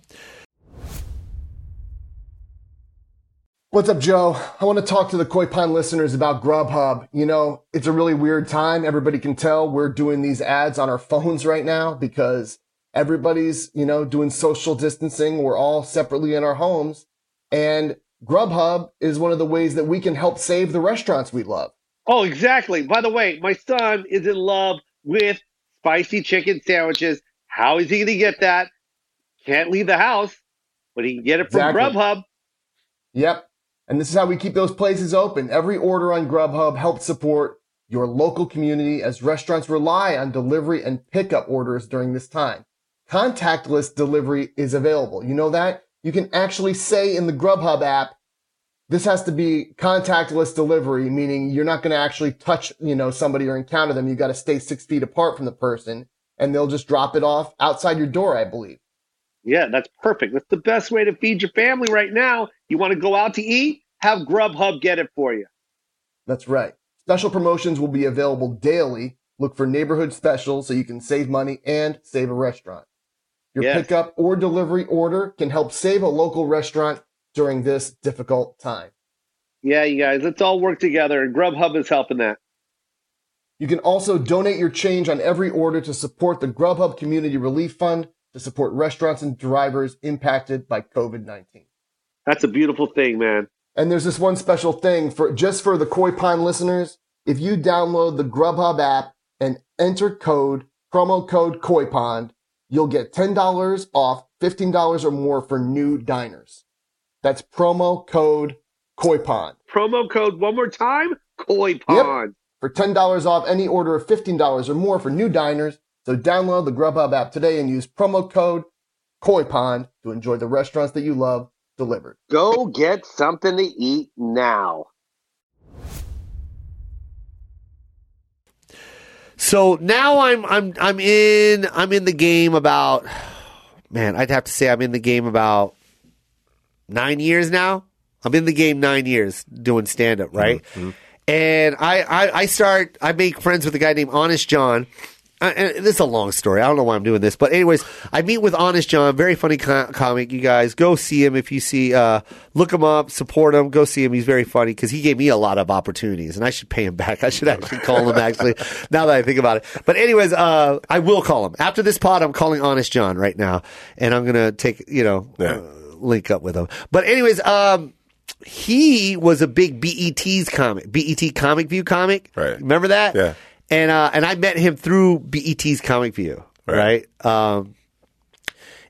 What's up, Joe? I want to talk to the Koi Pond listeners about Grubhub. You know, it's a really weird time. Everybody can tell we're doing these ads on our phones right now because everybody's, you know, doing social distancing. We're all separately in our homes. And Grubhub is one of the ways that we can help save the restaurants we love. Oh, exactly. By the way, my son is in love with spicy chicken sandwiches. How is he going to get that? Can't leave the house, but he can get it from Exactly. Grubhub. Yep. And this is how we keep those places open. Every order on Grubhub helps support your local community as restaurants rely on delivery and pickup orders during this time. Contactless delivery is available. You know that? You can actually say in the Grubhub app, this has to be contactless delivery, meaning you're not going to actually touch, you know, somebody or encounter them. You got to stay six feet apart from the person and they'll just drop it off outside your door, I believe. Yeah, that's perfect. That's the best way to feed your family right now. You want to go out to eat? Have Grubhub get it for you. That's right. Special promotions will be available daily. Look for neighborhood specials so you can save money and save a restaurant. Your Yes. pickup or delivery order can help save a local restaurant during this difficult time. Yeah, you guys, let's all work together, and Grubhub is helping that. You can also donate your change on every order to support the Grubhub Community Relief Fund to support restaurants and drivers impacted by COVID 19. That's a beautiful thing, man. And there's this one special thing for just for the Koi Pond listeners. If you download the Grubhub app and enter code promo code Koi Pond, you'll get ten dollars off fifteen dollars or more for new diners. That's promo code Koi Pond Promo code one more time Koi Pond. for ten dollars off any order of fifteen dollars or more for new diners. So download the Grubhub app today and use promo code Koi Pond to enjoy the restaurants that you love delivered. Go get something to eat now. so now I'm I'm I'm in I'm in the game about man. I'd have to say I'm in the game about nine years now. I'm in the game nine years doing stand up, right? And I, I I start I make friends with a guy named Honest John. I, and this is a long story. I don't know why I'm doing this, but anyways, I meet with Honest John, very funny co- comic. You guys go see him if you see. Uh, look him up, support him, go see him. He's very funny because he gave me a lot of opportunities, and I should pay him back. I should actually call him actually. Now that I think about it, but anyways, uh, I will call him after this pod. I'm calling Honest John right now, and I'm gonna take you know Yeah. uh, link up with him. But anyways, um, he was a big BET's comic, BET Comic View comic. Right. Remember that? Yeah. And uh, and I met him through BET's Comic View. Right. Right. Um,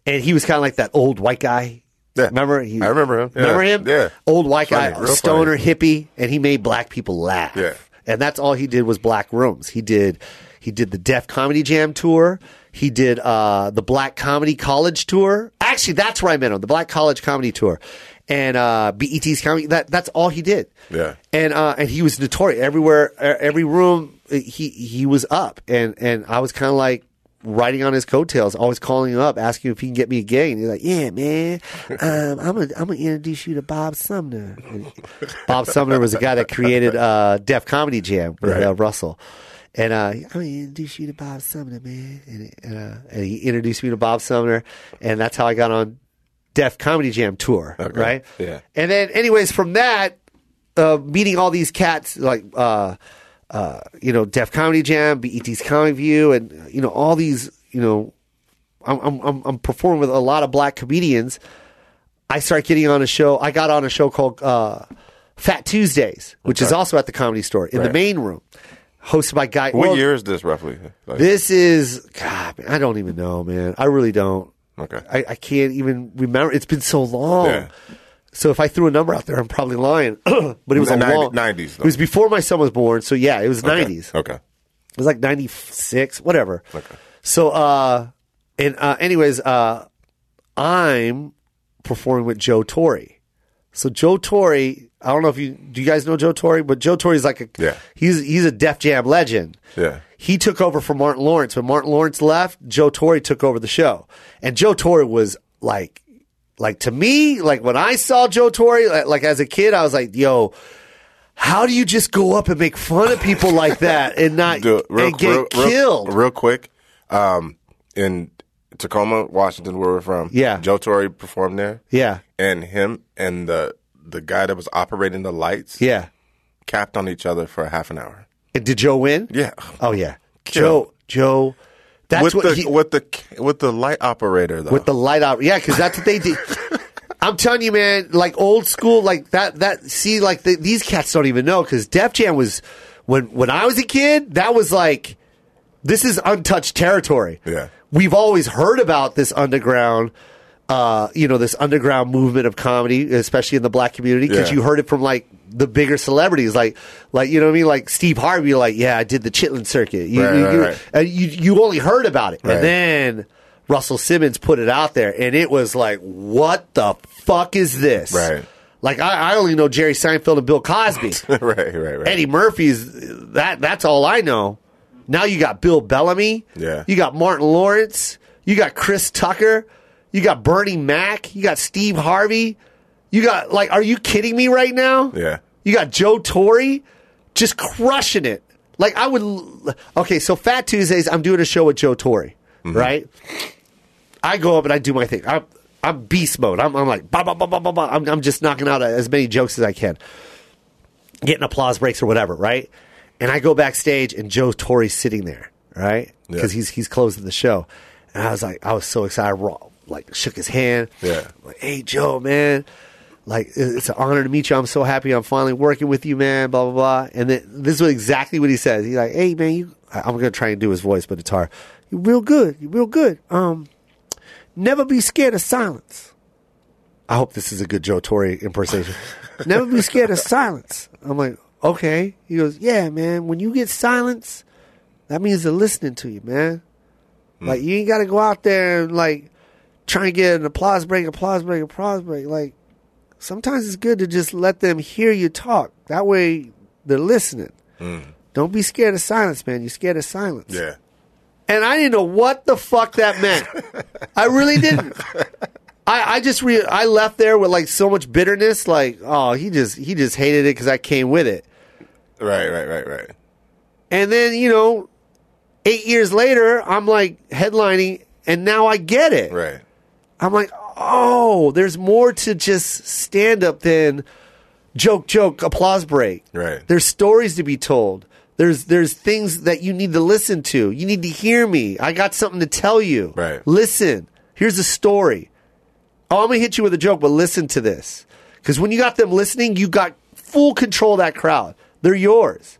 and he was kind of like that old white guy. Yeah. Remember? He, I remember him. Yeah. Remember him? Yeah. Old white guy, Funny, real stoner hippie, and he made black people laugh. Yeah. And that's all he did was black rooms. He did he did the Deaf Comedy Jam tour. He did uh, the Black Comedy College tour. Actually, that's where I met him, the Black College Comedy Tour. And uh, BET's comedy. That that's all he did. Yeah. And uh, and he was notorious everywhere, uh, every room. uh, He he was up, and and I was kind of like riding on his coattails, always calling him up, asking if he can get me a gig. And he's like, "Yeah, man, um, I'm gonna I'm gonna introduce you to Bob Sumner." And Bob Sumner was the guy that created uh, Def Comedy Jam with uh, Russell. And uh, I'm gonna introduce you to Bob Sumner, man. And, and, uh, and he introduced me to Bob Sumner, and that's how I got on Def Comedy Jam tour, right? Yeah. And then, anyways, from that, uh, meeting all these cats like uh, uh, you know Def Comedy Jam, BET's Comic View, and you know all these you know I'm I'm I'm, I'm performing with a lot of black comedians. I start getting on a show. I got on a show called uh, Fat Tuesdays, which is also at the Comedy Store in the Right. main room, hosted by Guy. What well, year is this roughly? Like, This is God. Man, I don't even know, man. I really don't. Okay. I, I can't even remember. It's been so long. Yeah. So if I threw a number out there, I'm probably lying. but it was The a 90 long 90s, It was though. before my son was born. So yeah, it was Okay. 90s. Okay. It was like 96, whatever. So, uh, and, uh, anyways, uh, I'm performing with Joe Torre. So Joe Torre, I don't know if you, do you guys know Joe Torre? But Joe Torre's like a, Yeah. he's, he's a Def Jam legend. Yeah. He took over for Martin Lawrence. When Martin Lawrence left, Joe Torre took over the show. And Joe Torre was like, like to me, like when I saw Joe Torre, like, like as a kid, I was like, yo, how do you just go up and make fun of people like that and not Do it real, and get real, real- killed? Real, quick, um, in Tacoma, Washington, where we're from. Yeah. Joe Torre performed there, yeah, and him and the the guy that was operating the lights yeah. capped on each other for half an hour. And did Joe win? Yeah. Oh yeah, Killed. Joe. Joe. That's with what the he, with the with the light operator though. with the light out. Yeah, because that's what they did. I'm telling you, man. Like old school, like that. That see, like the, these cats don't even know because Def Jam was when when I was a kid. That was like this is untouched territory. Yeah. we've always heard about this underground. Uh, you know this underground movement of comedy, especially in the black community, because Yeah. you heard it from like the bigger celebrities, like like you know what I mean, like Steve Harvey, like yeah, I did the Chitlin circuit. You, Right, you, right, you- right. and you you only heard about it, Right. and then Russell Simmons put it out there, and it was like, what the fuck is this? Right. Like I, I only know Jerry Seinfeld and Bill Cosby. right, right, right. Eddie Murphy's that that's all I know. Now you got Bill Bellamy. Yeah. You got Martin Lawrence. You got Chris Tucker. You got Bernie Mac. You got Steve Harvey. You got like, are you kidding me right now? Yeah. You got Joe Torre just crushing it. Like I would. l- Okay, so Fat Tuesdays, I'm doing a show with Joe Torre, right? I go up and I do my thing. I'm, I'm beast mode. I'm, I'm like, bah, bah, bah, bah, bah, bah. I'm, I'm just knocking out as many jokes as I can, getting applause breaks or whatever, right? And I go backstage and Joe Torre's sitting there, right? Yeah. Because he's he's closing the show. And I was like, I was so excited. Raw, like, shook his hand. Yeah. Like, hey, Joe, man. Like, it- it's an honor to meet you. I'm so happy I'm finally working with you, man. Blah, blah, blah. And then this is what- exactly what he says. He's like, hey, man, you, I- I'm going to try and do his voice, but it's hard. You're real good. You're real good. Um, never be scared of silence. I hope this is a good Joe Torre impersonation. never be scared of silence. I'm like, okay. He goes, yeah, man. When you get silence, that means they're listening to you, man. Like you ain't got to go out there and like try and get an applause break, applause break, applause break. Like sometimes it's good to just let them hear you talk. That way they're listening. Don't be scared of silence, man. You're scared of silence Yeah. and I didn't know what the fuck that meant. I really didn't. I, I just re- I left there with like so much bitterness. Like, oh, he just he just hated it because I came with it. Right, right, right, right. And then you know, eight years later, I'm like headlining, and now I get it. Right. I'm like, oh, there's more to just stand up than joke, joke, applause break. Right. There's stories to be told. There's there's things that you need to listen to. You need to hear me. I got something to tell you. Right. Listen. Here's a story. Oh, I'm gonna hit you with a joke, but listen to this. Because when you got them listening, you got full control of that crowd. They're yours.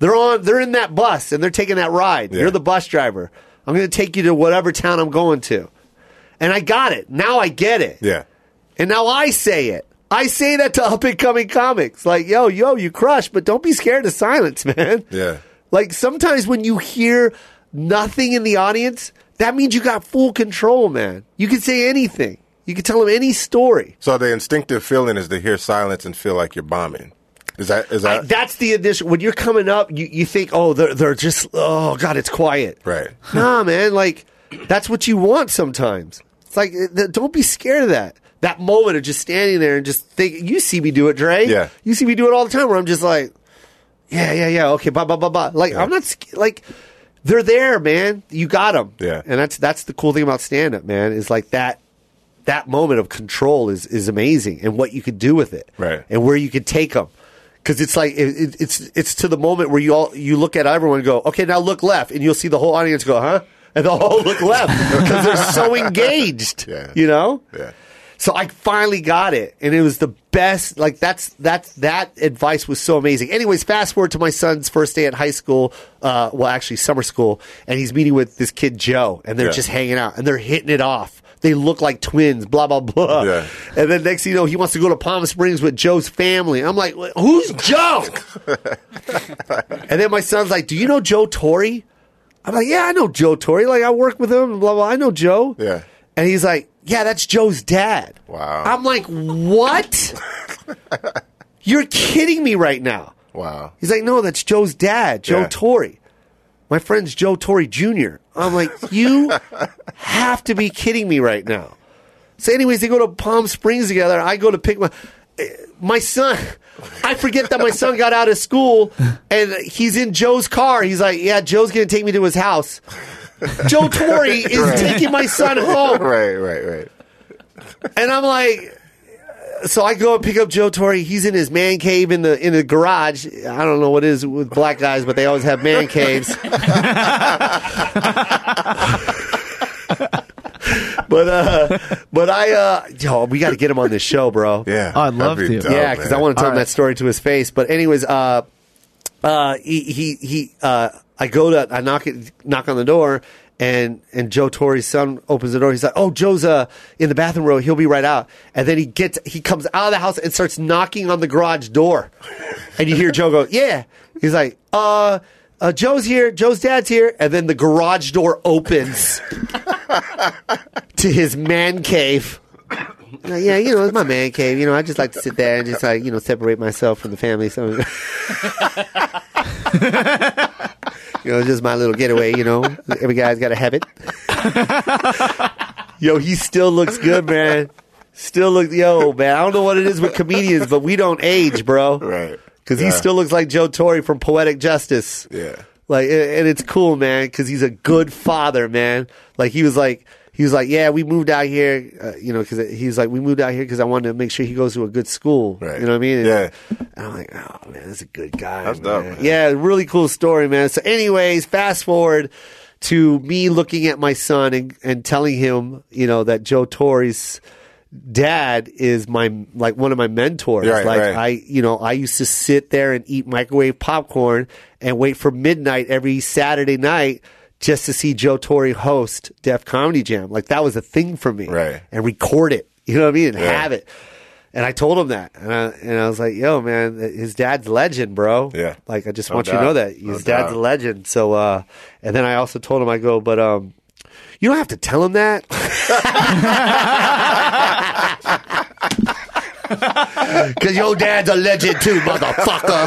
They're on. They're in that bus and they're taking that ride. You're the bus driver. I'm going to take you to whatever town I'm going to. And I got it. Now I get it. Yeah. And now I say it. I say that to up and coming comics. Like, yo, yo, you crush, but don't be scared of silence, man. Yeah. Like sometimes when you hear nothing in the audience, that means you got full control, man. You can say anything. You can tell them any story. So the instinctive feeling is to hear silence and feel like you're bombing. Is that is that That's the initial. When you're coming up, you, you think, oh, they're, they're just, oh, God, it's quiet. right? nah, man. Like, that's what you want sometimes. It's like, uh, th- don't be scared of that. That moment of just standing there and just think, you see me do it, Dre. Yeah. You see me do it all the time where I'm just like, yeah, yeah, yeah. Okay, blah, blah, blah, blah. Like, I'm not, sc- like, they're there, man. You got them. Yeah. And that's, that's the cool thing about stand up, man, is like that. That moment of control is, is amazing, and what you could do with it, Right. And where you could take them, because it's like it, it, it's it's to the moment where you all you look at everyone and go, okay, now look left, and you'll see the whole audience go, huh? And they'll all look left because they're so engaged, Yeah. you know. Yeah. So I finally got it, and it was the best. Like that's that's that advice was so amazing. Anyways, fast forward to my son's first day at high school. Uh, well, actually, summer school, and he's meeting with this kid Joe, and they're Yeah. just hanging out, and they're hitting it off. They look like twins, blah blah blah. Yeah. And then next thing you know, he wants to go to Palm Springs with Joe's family. I'm like, "Wh- who's Joe? and then my son's like, do you know Joe Torre? I'm like, yeah, I know Joe Torre. Like I work with him, blah blah. I know Joe. Yeah. And he's like, yeah, that's Joe's dad. Wow. I'm like, what? You're kidding me right now. Wow. He's like, no, that's Joe's dad, Joe Yeah. Torre. My friend's Joe Torre Jr. I'm like, you have to be kidding me right now. So, anyways, they go to Palm Springs together. I go to pick my eh, my son. I forget that my son got out of school and he's in Joe's car. He's like, yeah, Joe's gonna take me to his house. Joe Torre is taking my son home. Right. Right. Right. And I'm like, so I go and pick up Joe Torre. He's in his man cave in the in the garage. I don't know what it is with black guys, but they always have man caves. but uh, but I uh, yo, we got to get him on this show, bro. Yeah. Oh, I'd love That'd be to. dope, Yeah, because I man. want to tell him Alright. that story to his face. But anyways, uh, uh, he he, he uh, I go to I knock it, knock on the door, and and Joe Torre's son opens the door. He's like, "Oh, Joe's uh, in the bathroom row. He'll be right out." And then he gets he comes out of the house and starts knocking on the garage door, and you hear Joe go, "Yeah." He's like, "Uh." Uh, Joe's here. Joe's dad's here, and then the garage door opens to his man cave. Uh, yeah, you know, it's my man cave. You know, I just like to sit there and just like you know separate myself from the family. So, you know, it's just my little getaway. You know, every guy's got to have it. yo, he still looks good, man. Still look, yo, man. I don't know what it is with comedians, but we don't age, bro. Right. Because Yeah. he still looks like Joe Torre from Poetic Justice. Yeah. Like, and and it's cool, man, because he's a good father, man. Like, he was like, he was like, yeah, we moved out here, uh, you know, because he was like, we moved out here because I wanted to make sure he goes to a good school. Right. You know what I mean? And- Yeah. And I'm like, oh man, that's a good guy. That's dope, man. man. Yeah, really cool story, man. So, anyways, fast forward to me looking at my son and, and telling him, you know, that Joe Torre's dad is my like one of my mentors. Right, like right. I, you know, I used to sit there and eat microwave popcorn and wait for midnight every Saturday night just to see Joe Torre host Def Comedy Jam. Like that was a thing for me. Right. And record it. You know what I mean? And Yeah. have it. And I told him that, and I, and I was like, "Yo, man, his dad's legend, bro. Yeah. like I just No want you to doubt. know that his No dad's doubt. a legend." So, uh, and then I also told him, I go, "But um, you don't have to tell him that." Because your dad's a legend too, motherfucker.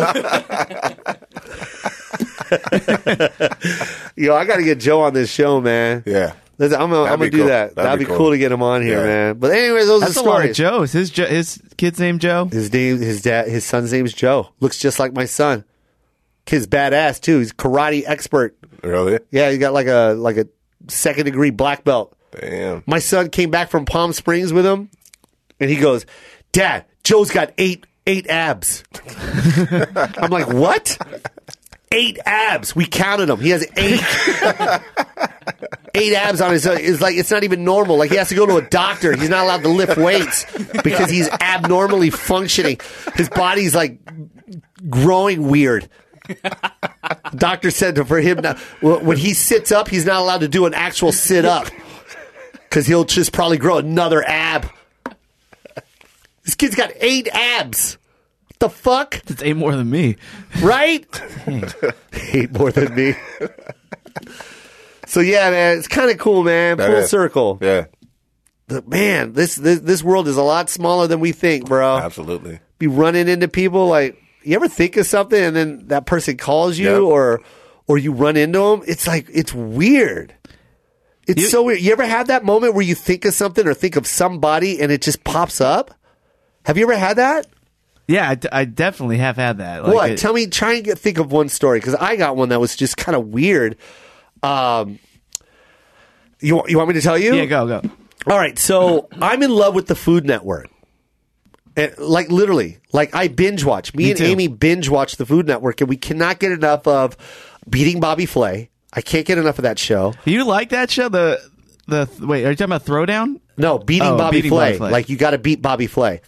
Yo, I got to get Joe on this show, man. Yeah. Listen, I'm gonna, I'm gonna That'd be do cool. that. That'd, be, cool. to get him on here, Yeah. man. But anyways, those That's are a lot of stories. Joe's. His jo- his kid's name Joe. His name, his dad, his son's name's Joe. Looks just like my son. Kid's badass too. He's karate expert. Really? Yeah, he got like a like a second degree black belt. Damn. My son came back from Palm Springs with him, and he goes, "Dad, Joe's got eight eight abs." I'm like, "What? Eight abs? We counted them. He has eight. eight abs on his. It's like it's not even normal. Like he has to go to a doctor. He's not allowed to lift weights because he's abnormally functioning. His body's like growing weird. Doctor said to- for him now, wh- when he sits up, he's not allowed to do an actual sit up because he'll just probably grow another ab. This kid's got eight abs. What the fuck? It's eight more than me. right? Hate more than me. so yeah, man, it's kind of cool, man. That Full is. circle, Yeah, But, man. This, this this world is a lot smaller than we think, bro. absolutely. Be running into people like you ever think of something and then that person calls you Yep. or or you run into them. It's like it's weird. It's You- so weird. You ever had that moment where you think of something or think of somebody and it just pops up? Have you ever had that? Yeah, I, d- I definitely have had that. Like what? it- Tell me. Try and get, think of one story because I got one that was just kind of weird. Um, you wa- you want me to tell you? yeah, go go. All right. So I'm in love with the Food Network. And like literally, like I binge watch. Me, and too. Amy binge watch the Food Network, and we cannot get enough of beating Bobby Flay. I can't get enough of that show. You like that show? The the wait, are you talking about Throwdown? No, beating, Oh, Bobby, beating Flay. Bobby Flay. Like you got to beat Bobby Flay,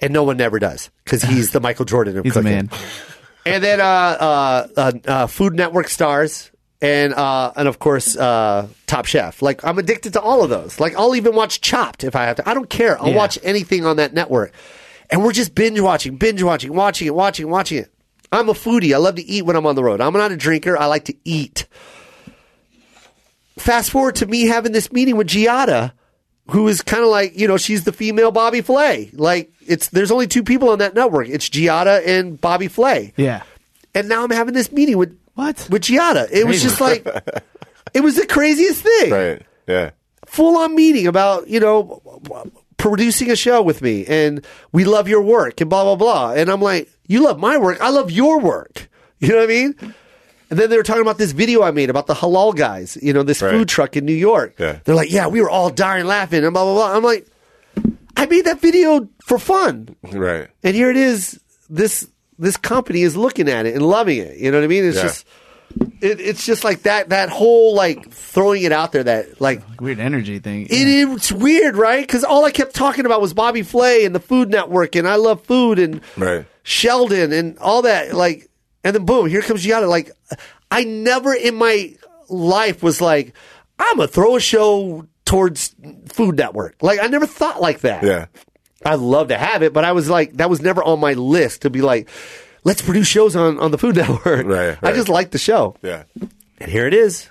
and no one never does because he's the Michael Jordan of He's a cooking. man. and then uh, uh, uh, uh, Food Network stars, and uh, and of course uh, Top Chef. Like I'm addicted to all of those. Like I'll even watch Chopped if I have to. I don't care. I'll Yeah. watch anything on that network. And we're just binge watching, binge watching, watching it, watching, it, watching it. I'm a foodie. I love to eat when I'm on the road. I'm not a drinker. I like to eat. Fast forward to me having this meeting with Giada, who is kind of like, you know, she's the female Bobby Flay. Like it's there's only two people on that network. It's Giada and Bobby Flay Yeah. and now I'm having this meeting with What? with Giada. It was Crazy. just like it was the craziest thing. Right. Yeah. Full on meeting about you know producing a show with me, and we love your work, and blah blah blah. And I'm like, you love my work, I love your work. You know what I mean? And then they were talking about this video I made about the halal guys, you know, this Right. food truck in New York. Yeah. They're like, yeah, we were all dying laughing and blah, blah, blah. I'm like, I made that video for fun. Right. And here it is. This this company is looking at it and loving it. You know what I mean? It's Yeah. just it, it's just like that that whole like throwing it out there that like Weird energy thing. it, Yeah. it's weird, right? Because all I kept talking about was Bobby Flay and the Food Network and I love food and Right. Sheldon and all that. Like and then boom, here comes Giada. Like I never in my life was like I'm gonna throw a show towards Food Network. Like I never thought like that. Yeah. I love to have it, but I was like, that was never on my list to be like, let's produce shows on, on the Food Network. Right, I right. just like the show. Yeah. And here it is.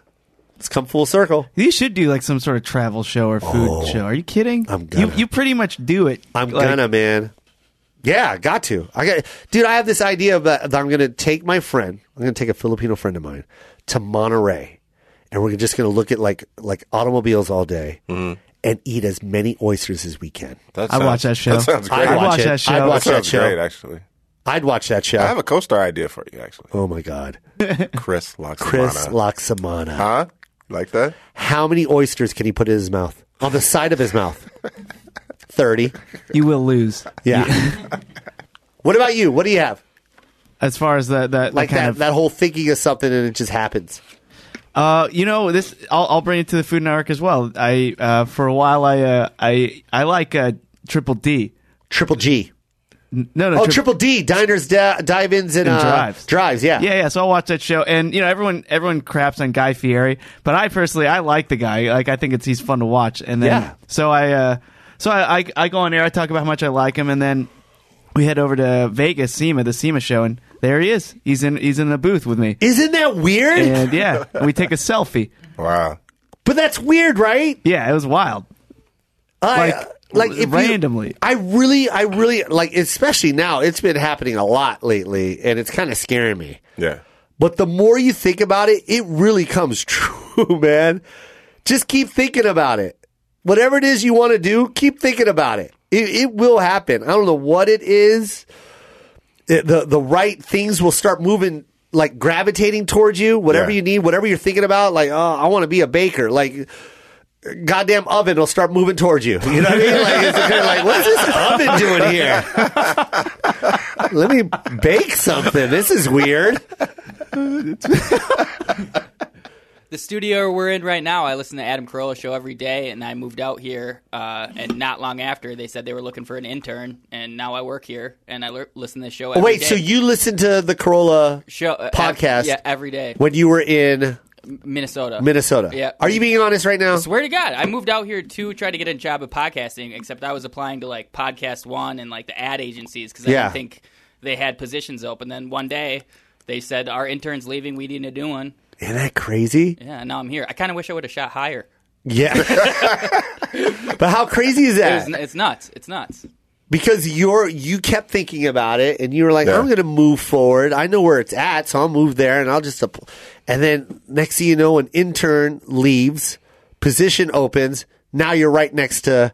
It's come full circle. You should do like some sort of travel show or food show. Are you kidding? Oh, I'm gonna. You, you pretty much do it. I'm Like, gonna, man. Yeah, I got to. I got, dude. I have this idea of uh, that, that I'm gonna take my friend. I'm gonna take a Filipino friend of mine to Monterey, and we're just gonna look at like like automobiles all day Mm-hmm. and eat as many oysters as we can. That I'd watch that show. That sounds I'd great. I'd watch watch it. that show. I'd watch that that sounds show. great, actually. I'd watch that show. I have a co-star idea for you, actually. oh my god, Chris Loxamana. Chris Loxamana. huh? Like that? How many oysters can he put in his mouth? On the side of his mouth. 30. You will lose. Yeah. what about you? What do you have? As far as that that Like kind that, of that whole thinking of something and it just happens. Uh, you know this. I'll, I'll bring it to the Food Network as well. I uh, for a while I uh, I I like uh, Triple D. Triple G. No, no. Oh, Trip- Triple D. Diners, da- dive ins, and, And uh, drives. Drives, yeah. Yeah, yeah. So I'll watch that show, and you know everyone everyone craps on Guy Fieri, but I personally I like the guy. Like I think it's he's fun to watch, and then Yeah. so I uh, so I, I I go on air, I talk about how much I like him, and then we head over to Vegas, SEMA, the SEMA show, and there he is. He's in he's in the booth with me, Isn't that weird? and yeah, we take a selfie. Wow. But that's weird, right? Yeah, it was wild. I- Like, if you- randomly. I really, I really, like, especially now, it's been happening a lot lately, and it's kind of scaring me. Yeah. But the more you think about it, it really comes true, man. Just keep thinking about it. Whatever it is you want to do, keep thinking about it. It, it will happen. I don't know what it is. It- the the right things will start moving, like gravitating towards you. Whatever Yeah. you need, whatever you're thinking about, like oh, I want to be a baker. Like goddamn oven will start moving towards you. You know what I mean? Like it's kind of like what's this oven doing here? Let me bake something. This is weird. the studio we're in right now, I listen to Adam Carolla show every day, and I moved out here, uh, and not long after they said they were looking for an intern, and now I work here, and I l- listen to the show. every Wait, day. so you listened to the Corolla show uh, ev- podcast yeah, every day, when you were in Minnesota, Minnesota? Yeah. Are you being honest right now? Swear to God, I moved out here to try to get a job at podcasting, except I was applying to like Podcast One and like the ad agencies because I Yeah. didn't think they had positions open. Then one day they said our intern's leaving, we need a new one. Isn't that crazy? Yeah, and now I'm here. I kind of wish I would have shot higher. Yeah. but how crazy is that? It's, it's nuts. It's nuts. because you're you kept thinking about it and you were like Yeah. i'm going to move forward i know where it's at so i'll move there and i'll just app-" and then next thing you know an intern leaves position opens now you're right next to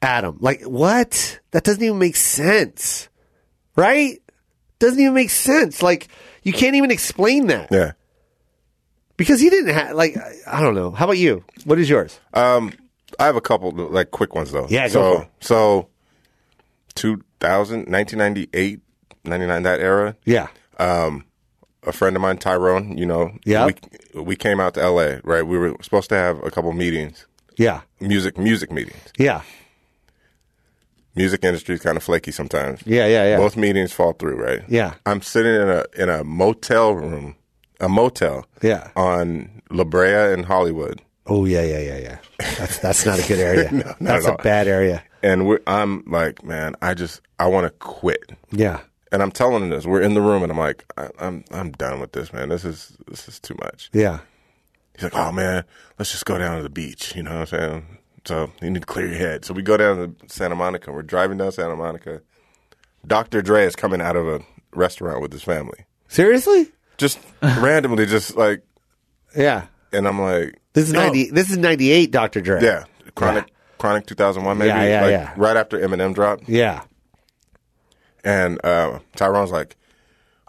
adam like what that doesn't even make sense right doesn't even make sense like you can't even explain that Yeah. because he didn't have like I- i don't know how about you what is yours Um, I have a couple like quick ones though. Yeah, go so for it. so 2000, 1998, 99, that era. yeah a friend of mine, Tyrone, you know, Yeah. we, we came out to LA, right? We were supposed to have a couple meetings, yeah music, music meetings. yeah Music industry is kind of flaky sometimes. yeah yeah yeah Both meetings fall through, right? Yeah. I'm sitting in a, in a motel room, a motel Yeah. on La Brea in Hollywood. Oh yeah, yeah, yeah, yeah. That's that's not a good area. No, not that's at a all. bad area. And we're, I'm like, man, I just, I want to quit. Yeah, And I'm telling him this. We're in the room, and I'm like, I, I'm I'm done with this, man. This is this is too much. yeah, He's like, oh man, let's just go down to the beach. You know what I'm saying? So you need to clear your head. So we go down to Santa Monica. We're driving down Santa Monica. Dr. Dre is coming out of a restaurant with his family. Seriously? Just randomly, just like, Yeah. and I'm like, This is no. ninety. This is ninety eight, Doctor Dre. Yeah. Chronic, Chronic 2001, maybe. Yeah, yeah, like, yeah. Right after Eminem dropped. yeah, And uh, Tyrone's like,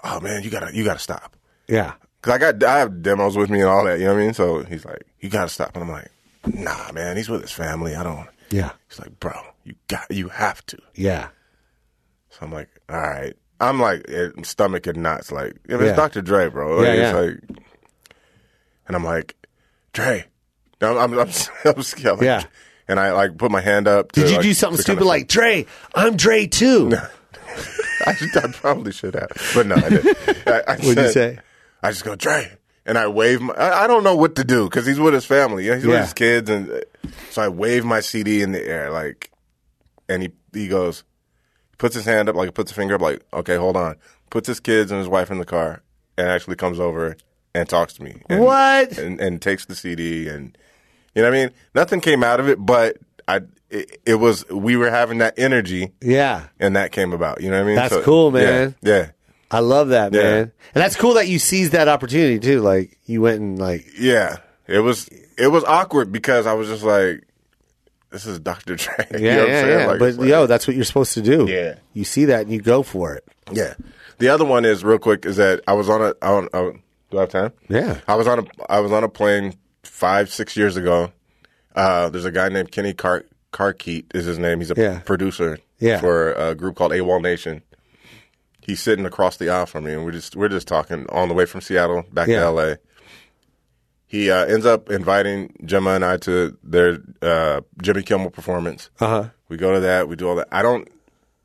oh man, you gotta, you gotta stop. yeah. Cause I got I have demos with me and all that, you know what I mean? So he's like, You gotta stop. And I'm like, nah, man, he's with his family. I don't Yeah. He's like, bro, you got you have to. yeah. So I'm like, all right. I'm like it, stomach and knots, like if Yeah. it's Dr. Dre, bro. Like, Yeah, yeah. It's like and I'm like, Dre. I'm I'm, I'm, I'm scared. Like, Yeah. And I like put my hand up. To, Did you like, do something to kinda stupid like Dre? I'm Dre too. I, should- I probably should have, but no, I didn't. I, I What'd you said- say? I just go Dre, and I wave. My, I, I don't know what to do because he's with his family. Yeah, he's Yeah. with his kids, and uh, so I wave my CD in the air, like, and he he goes, puts his hand up, like puts a finger up, like, okay, hold on. Puts his kids and his wife in the car, and actually comes over and talks to me. And, What? And, and takes the CD, and you know what I mean. Nothing came out of it, but I. It, it was we were having that energy Yeah, and that came about. You know what I mean? That's cool, man. Yeah, yeah, I love that Yeah. man, and that's cool that you seized that opportunity too. Like you went and like yeah. It was it was awkward because I was just like, this is Dr. Dre. you yeah, know what I'm yeah, saying? yeah. Like, but it's like- yo, that's what you're supposed to do. Yeah. you see that and you go for it. yeah. The other one is real quick is that I was on a on, on do I have time? Yeah. I was on a I was on a plane five six years ago. Uh, there's a guy named Kenny Car- Carkeet is his name. He's a Yeah. producer Yeah. for a group called AWOL Nation. He's sitting across the aisle from me, and we're just we're just talking on the way from Seattle back Yeah. to LA. He uh, ends up inviting Gemma and I to their uh, Jimmy Kimmel performance. Uh huh. We go to that. We do all that. I don't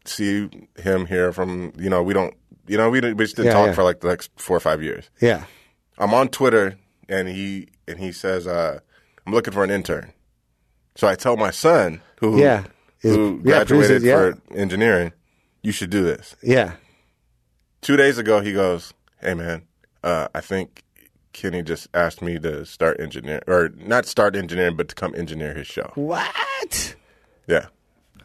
see him here from you know we don't you know we, didn't, we just didn't Yeah, talk yeah. for like the next four or five years. Yeah. I'm on Twitter and he and he says, uh, I'm looking for an intern. So I tell my son who Yeah. Is- who yeah, graduated produces, yeah. for engineering, you should do this. Yeah. Two days ago he goes, Hey man, uh, I think Kenny just asked me to start engineer or not start engineering, but to come engineer his show. What? Yeah.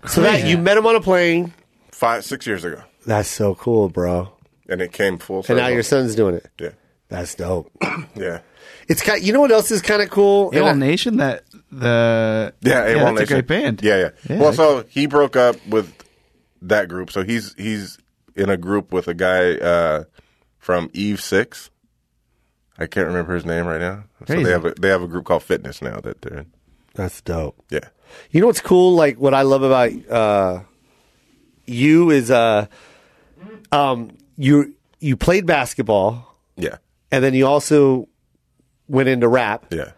So that you met him on a plane. Five six years ago. That's so cool, bro. And it came full And circle. now your son's doing it. Yeah. That's dope. Yeah. It's kind. you know what else is kind of cool? And AWOL I- Nation, that the Yeah, A1 yeah that's a Nation. great band. Yeah, yeah. Yeah, well, I- so he broke up with that group. So he's he's in a group with a guy uh, from Eve Six. I can't remember his name right now. So Crazy. they have a, they have a group called Fitness now that they're in. That's dope. Yeah, You know what's cool? Like what I love about uh, you is uh, um, you you played basketball yeah, and then you also went into rap, Yeah.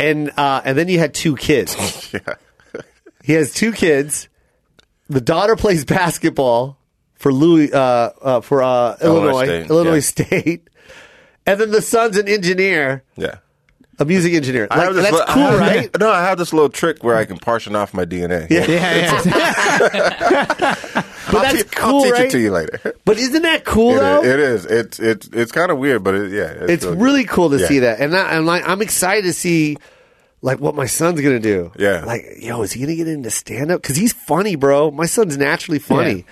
and uh, and then you had two kids. Yeah. he has two kids. The daughter plays basketball for Louis uh, uh, for uh, Illinois Illinois State, Illinois yeah. State, and then the son's an engineer, Yeah. a music engineer. I Like, have this that's li- I cool, have- right? No, I have this little trick where I can partition off my DNA. Yeah. Yeah, yeah. But I'll, that's te- cool, I'll teach right? it to you later. But isn't that cool though? It is. It is. It's it's it's kind of weird, but it, yeah, it's really, really cool to Yeah. see that, and I, I'm like, I'm excited to see like what my son's gonna do. Yeah. like yo, is he gonna get into stand up? Because he's funny, bro. My son's naturally funny. Yeah.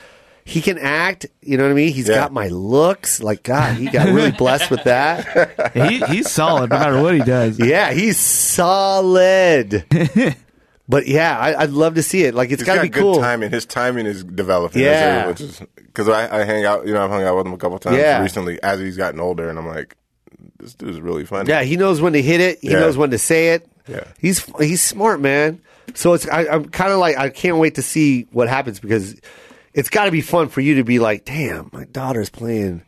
He can act. You know what I mean? He's Yeah. got my looks. Like God, he got really blessed with that. he, he's solid no matter what he does. Yeah, he's solid. but yeah, I, I'd love to see it. Like it's He's gotta got be good cool. timing. His timing is developing. Yeah. Because I, I hang out, you know, I've hung out with him a couple times Yeah. recently as he's gotten older, and I'm like, this dude's really funny. Yeah, he knows when to hit it. He Yeah. knows when to say it. Yeah. he's he's smart, man. So it's I, I'm kind of like I can't wait to see what happens because it's got to be fun for you to be like, damn, my daughter's playing,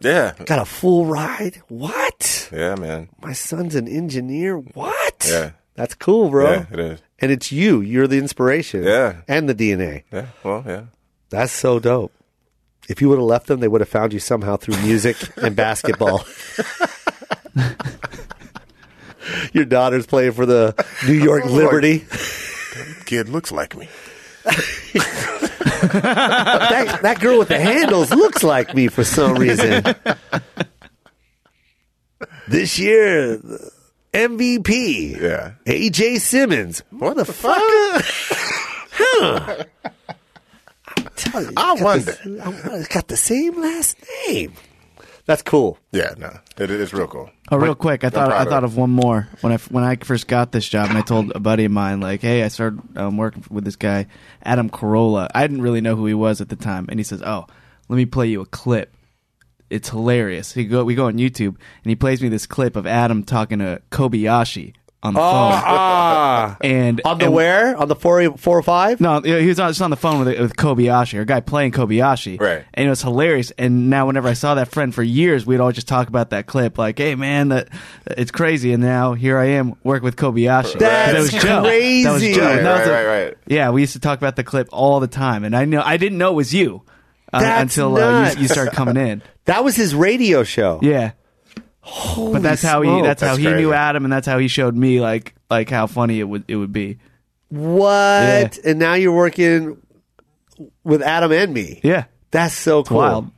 Yeah. got a full ride. What? Yeah, man. My son's an engineer. What? Yeah. that's cool, bro. Yeah, it is. And it's you. You're the inspiration. Yeah. and the DNA. Yeah. Well, yeah. That's so dope. If you would have left them, they would have found you somehow through music and basketball. Your daughter's playing for the New York Liberty. Kid looks like me. that, that girl with the handles looks like me for some reason. This year, the MVP. Yeah. AJ Simmons. What the Fucker. huh. I'm telling you, I it's got wonder. the- I- it's got the same last name. That's cool. Yeah, no. It, it's real cool. Oh, real quick, I thought proud I of thought it. of one more when I when I first got this job, and I told a buddy of mine like, "Hey, I started um, working with this guy, Adam Carolla. I didn't really know who he was at the time, and he says, "Oh, let me play you a clip. It's hilarious." He go we go on YouTube, and he plays me this clip of Adam talking to Kobayashi on the phone, Ah. and Oh, on the and- where? On the 4, four or 5? No, yeah, he was on, just on the phone with with Kobayashi, or a guy playing Kobayashi. Right. And it was hilarious. And now, whenever I saw that friend for years, we'd always just talk about that clip, like, "Hey, man, that it's crazy." And now here I am, working with Kobayashi. That's that was Joe. That was crazy. Joe. Right, And that was right, a- right, right. Yeah, we used to talk about the clip all the time, and I know I didn't know it was you uh, That's until uh, nuts. you, you started coming in. That was his radio show. Yeah. but that's how he smoke. that's, how That's he crazy. knew Adam, and that's how he showed me like like how funny it would it would be. What? Yeah. And now you're working with Adam and me. Yeah. That's so cool. Wild.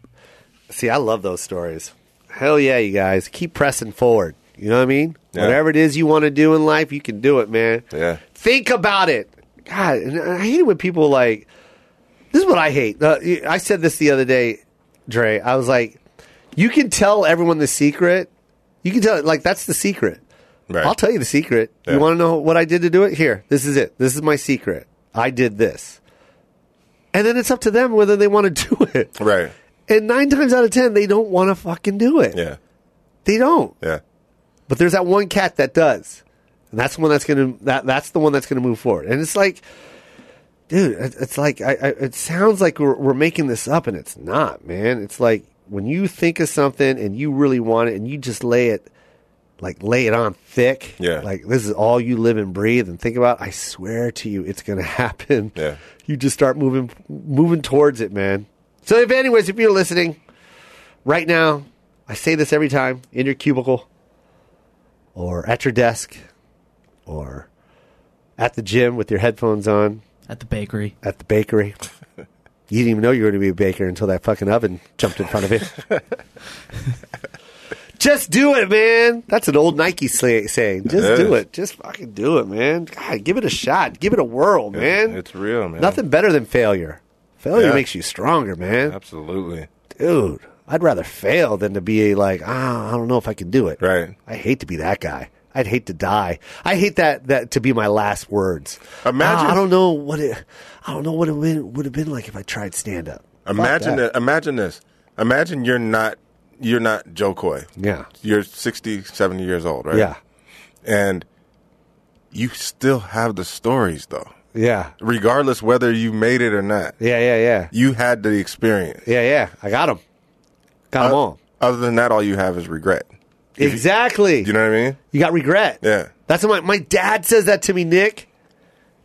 See, I love those stories. Hell yeah, you guys. Keep pressing forward. You know what I mean? Yeah. Whatever it is you want to do in life, you can do it, man. Yeah. Think about it. God, and I hate it when people like, this is what I hate. Uh, I said this the other day, Dre. I was like, you can tell everyone the secret. You can tell, like, that's the secret. Right. I'll tell you the secret. Yeah. You want to know what I did to do it? Here, this is it. This is my secret. I did this. And then it's up to them whether they want to do it. Right. And nine times out of ten, they don't want to fucking do it. Yeah. They don't. Yeah. But there's that one cat that does, and that's the one that's gonna that, that's the one that's gonna move forward. And it's like, dude, it- it's like I, I it sounds like we're, we're making this up, and it's not, man. It's like when you think of something and you really want it, and you just lay it, like lay it on thick. Yeah. Like this is all you live and breathe and think about. I swear to you, it's gonna happen. Yeah. You just start moving moving towards it, man. So, if anyways, if you're listening right now, I say this every time in your cubicle or at your desk or at the gym with your headphones on At the bakery. at the bakery. You didn't even know you were going to be a baker until that fucking oven jumped in front of you. Just do it, man. That's an old Nike sla- saying. Just It do is. it. Just fucking do it, man. God, give it a shot. Give it a whirl, man. It's real, man. Nothing better than failure. Failure Yeah. makes you stronger, man. Absolutely. Dude, I'd rather fail than to be like, ah, I don't know if I can do it. Right. I hate to be that guy. I'd hate to die. I hate that that to be my last words. Imagine- Ah, I don't know what it. I don't know what it would have been like if I tried stand up. Imagine that. Imagine this. Imagine you're not you're not Joe Coy. Yeah. You're 60, 70 years old, right? Yeah. And you still have the stories though. Yeah. Regardless whether you made it or not. Yeah. Yeah. Yeah. You had the experience. Yeah. Yeah. I got him. Got them all. Other than that all Uh, you have is regret. Exactly. You know what I mean? You got regret. Yeah. That's what my, my dad says that to me, Nick.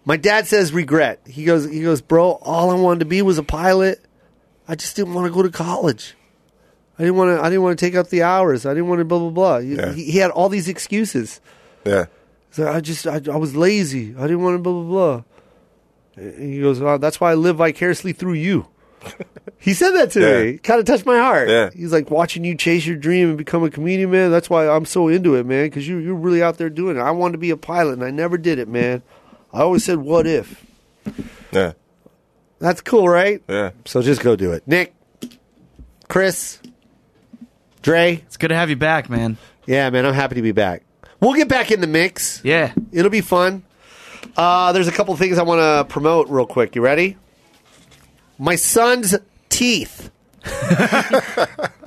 My dad says regret. He goes, he goes, bro. All I wanted to be was a pilot. I just didn't want to go to college. I didn't want to. I didn't want to take up the hours. I didn't want to blah blah blah. He- Yeah. He, he had all these excuses. Yeah. So I just, I, I was lazy. I didn't want to blah blah blah. And he goes, oh, that's why I live vicariously through you. he said that to Yeah. me. Kind of touched my heart. Yeah. He's like watching you chase your dream and become a comedian, man. That's why I'm so into it, man. Because you, you're really out there doing it. I wanted to be a pilot, and I never did it, man. I always said, "What if?" Yeah. That's cool, right? Yeah. So just go do it, Nick, Chris, Dre. It's good to have you back, man. Yeah, man, I'm happy to be back. We'll get back in the mix. Yeah. It'll be fun. Uh, there's a couple things I want to promote real quick. You ready? My son's teeth.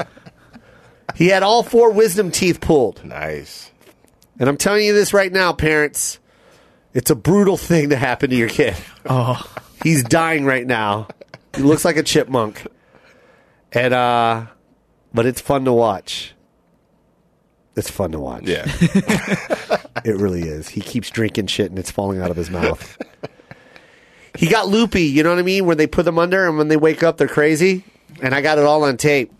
he had all four wisdom teeth pulled. Nice. And I'm telling you this right now, parents. It's a brutal thing to happen to your kid. Oh, He's dying right now. He looks like a chipmunk. And uh but it's fun to watch. It's fun to watch. Yeah. It really is. He keeps drinking shit and it's falling out of his mouth. he got loopy, you know what I mean? Where they put them under and when they wake up, they're crazy. And I got it all on tape.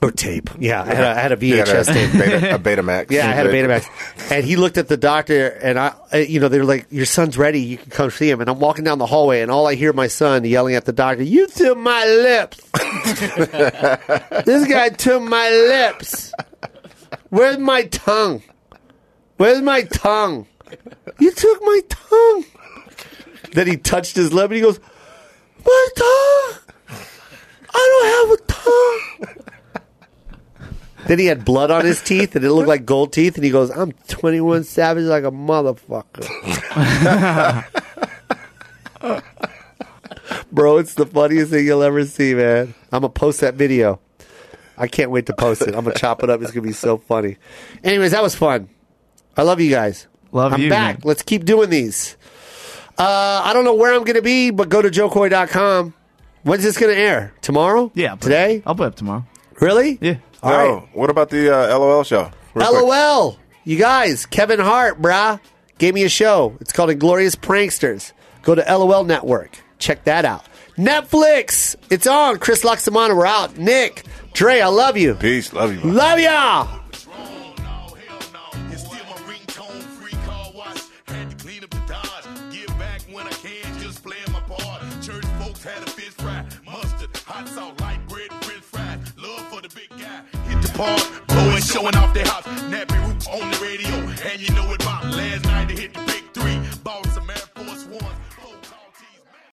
Or tape. Yeah, I had a, I had a You got a, VHS tape. beta, a Betamax. Yeah, I had a Betamax. And he looked at the doctor, and I, uh, you know, they were like, "Your son's ready. You can come see him." And I'm walking down the hallway, and all I hear my son yelling at the doctor, "You took my lips! this guy took my lips. Where's my tongue? Where's my tongue? You took my tongue." Then he touched his lip, and he goes, "My tongue." I don't have a tongue. Then he had blood on his teeth, and it looked like gold teeth. And he goes, "I'm 21 savage like a motherfucker." Bro, it's the funniest thing you'll ever see, man. I'm gonna post that video. I can't wait to post it. I'm gonna chop it up. It's gonna be so funny. Anyways, that was fun. I love you guys. Love I'm you, back. man. Let's keep doing these. Uh, I don't know where I'm gonna be, but go to joecoy.com. When's this gonna air? Tomorrow? yeah. I'll put- Today? I'll put it up tomorrow. Really? Yeah. All right. Oh, what about the uh, LOL show? Real quick. LOL. You guys, Kevin Hart, brah, gave me a show. It's called Inglorious Pranksters. Go to LOL Network. Check that out. Netflix. It's on. Chris Loxamana, we're out. Nick, Dre, I love you. Peace. Love you. man. Love y'all. wrong. No, hell no. It's still my ringtone, free car wash. Had to clean up the Dodge. Give back when I can, just playing my part. Church folks had a fish fry, mustard, hot sauce, light bread, french fries. Love for the big guy. Hit the park, blowing, showing off their hops. Nappy roots on the radio, and you know it bop. Last night they hit the big three. Bought some Air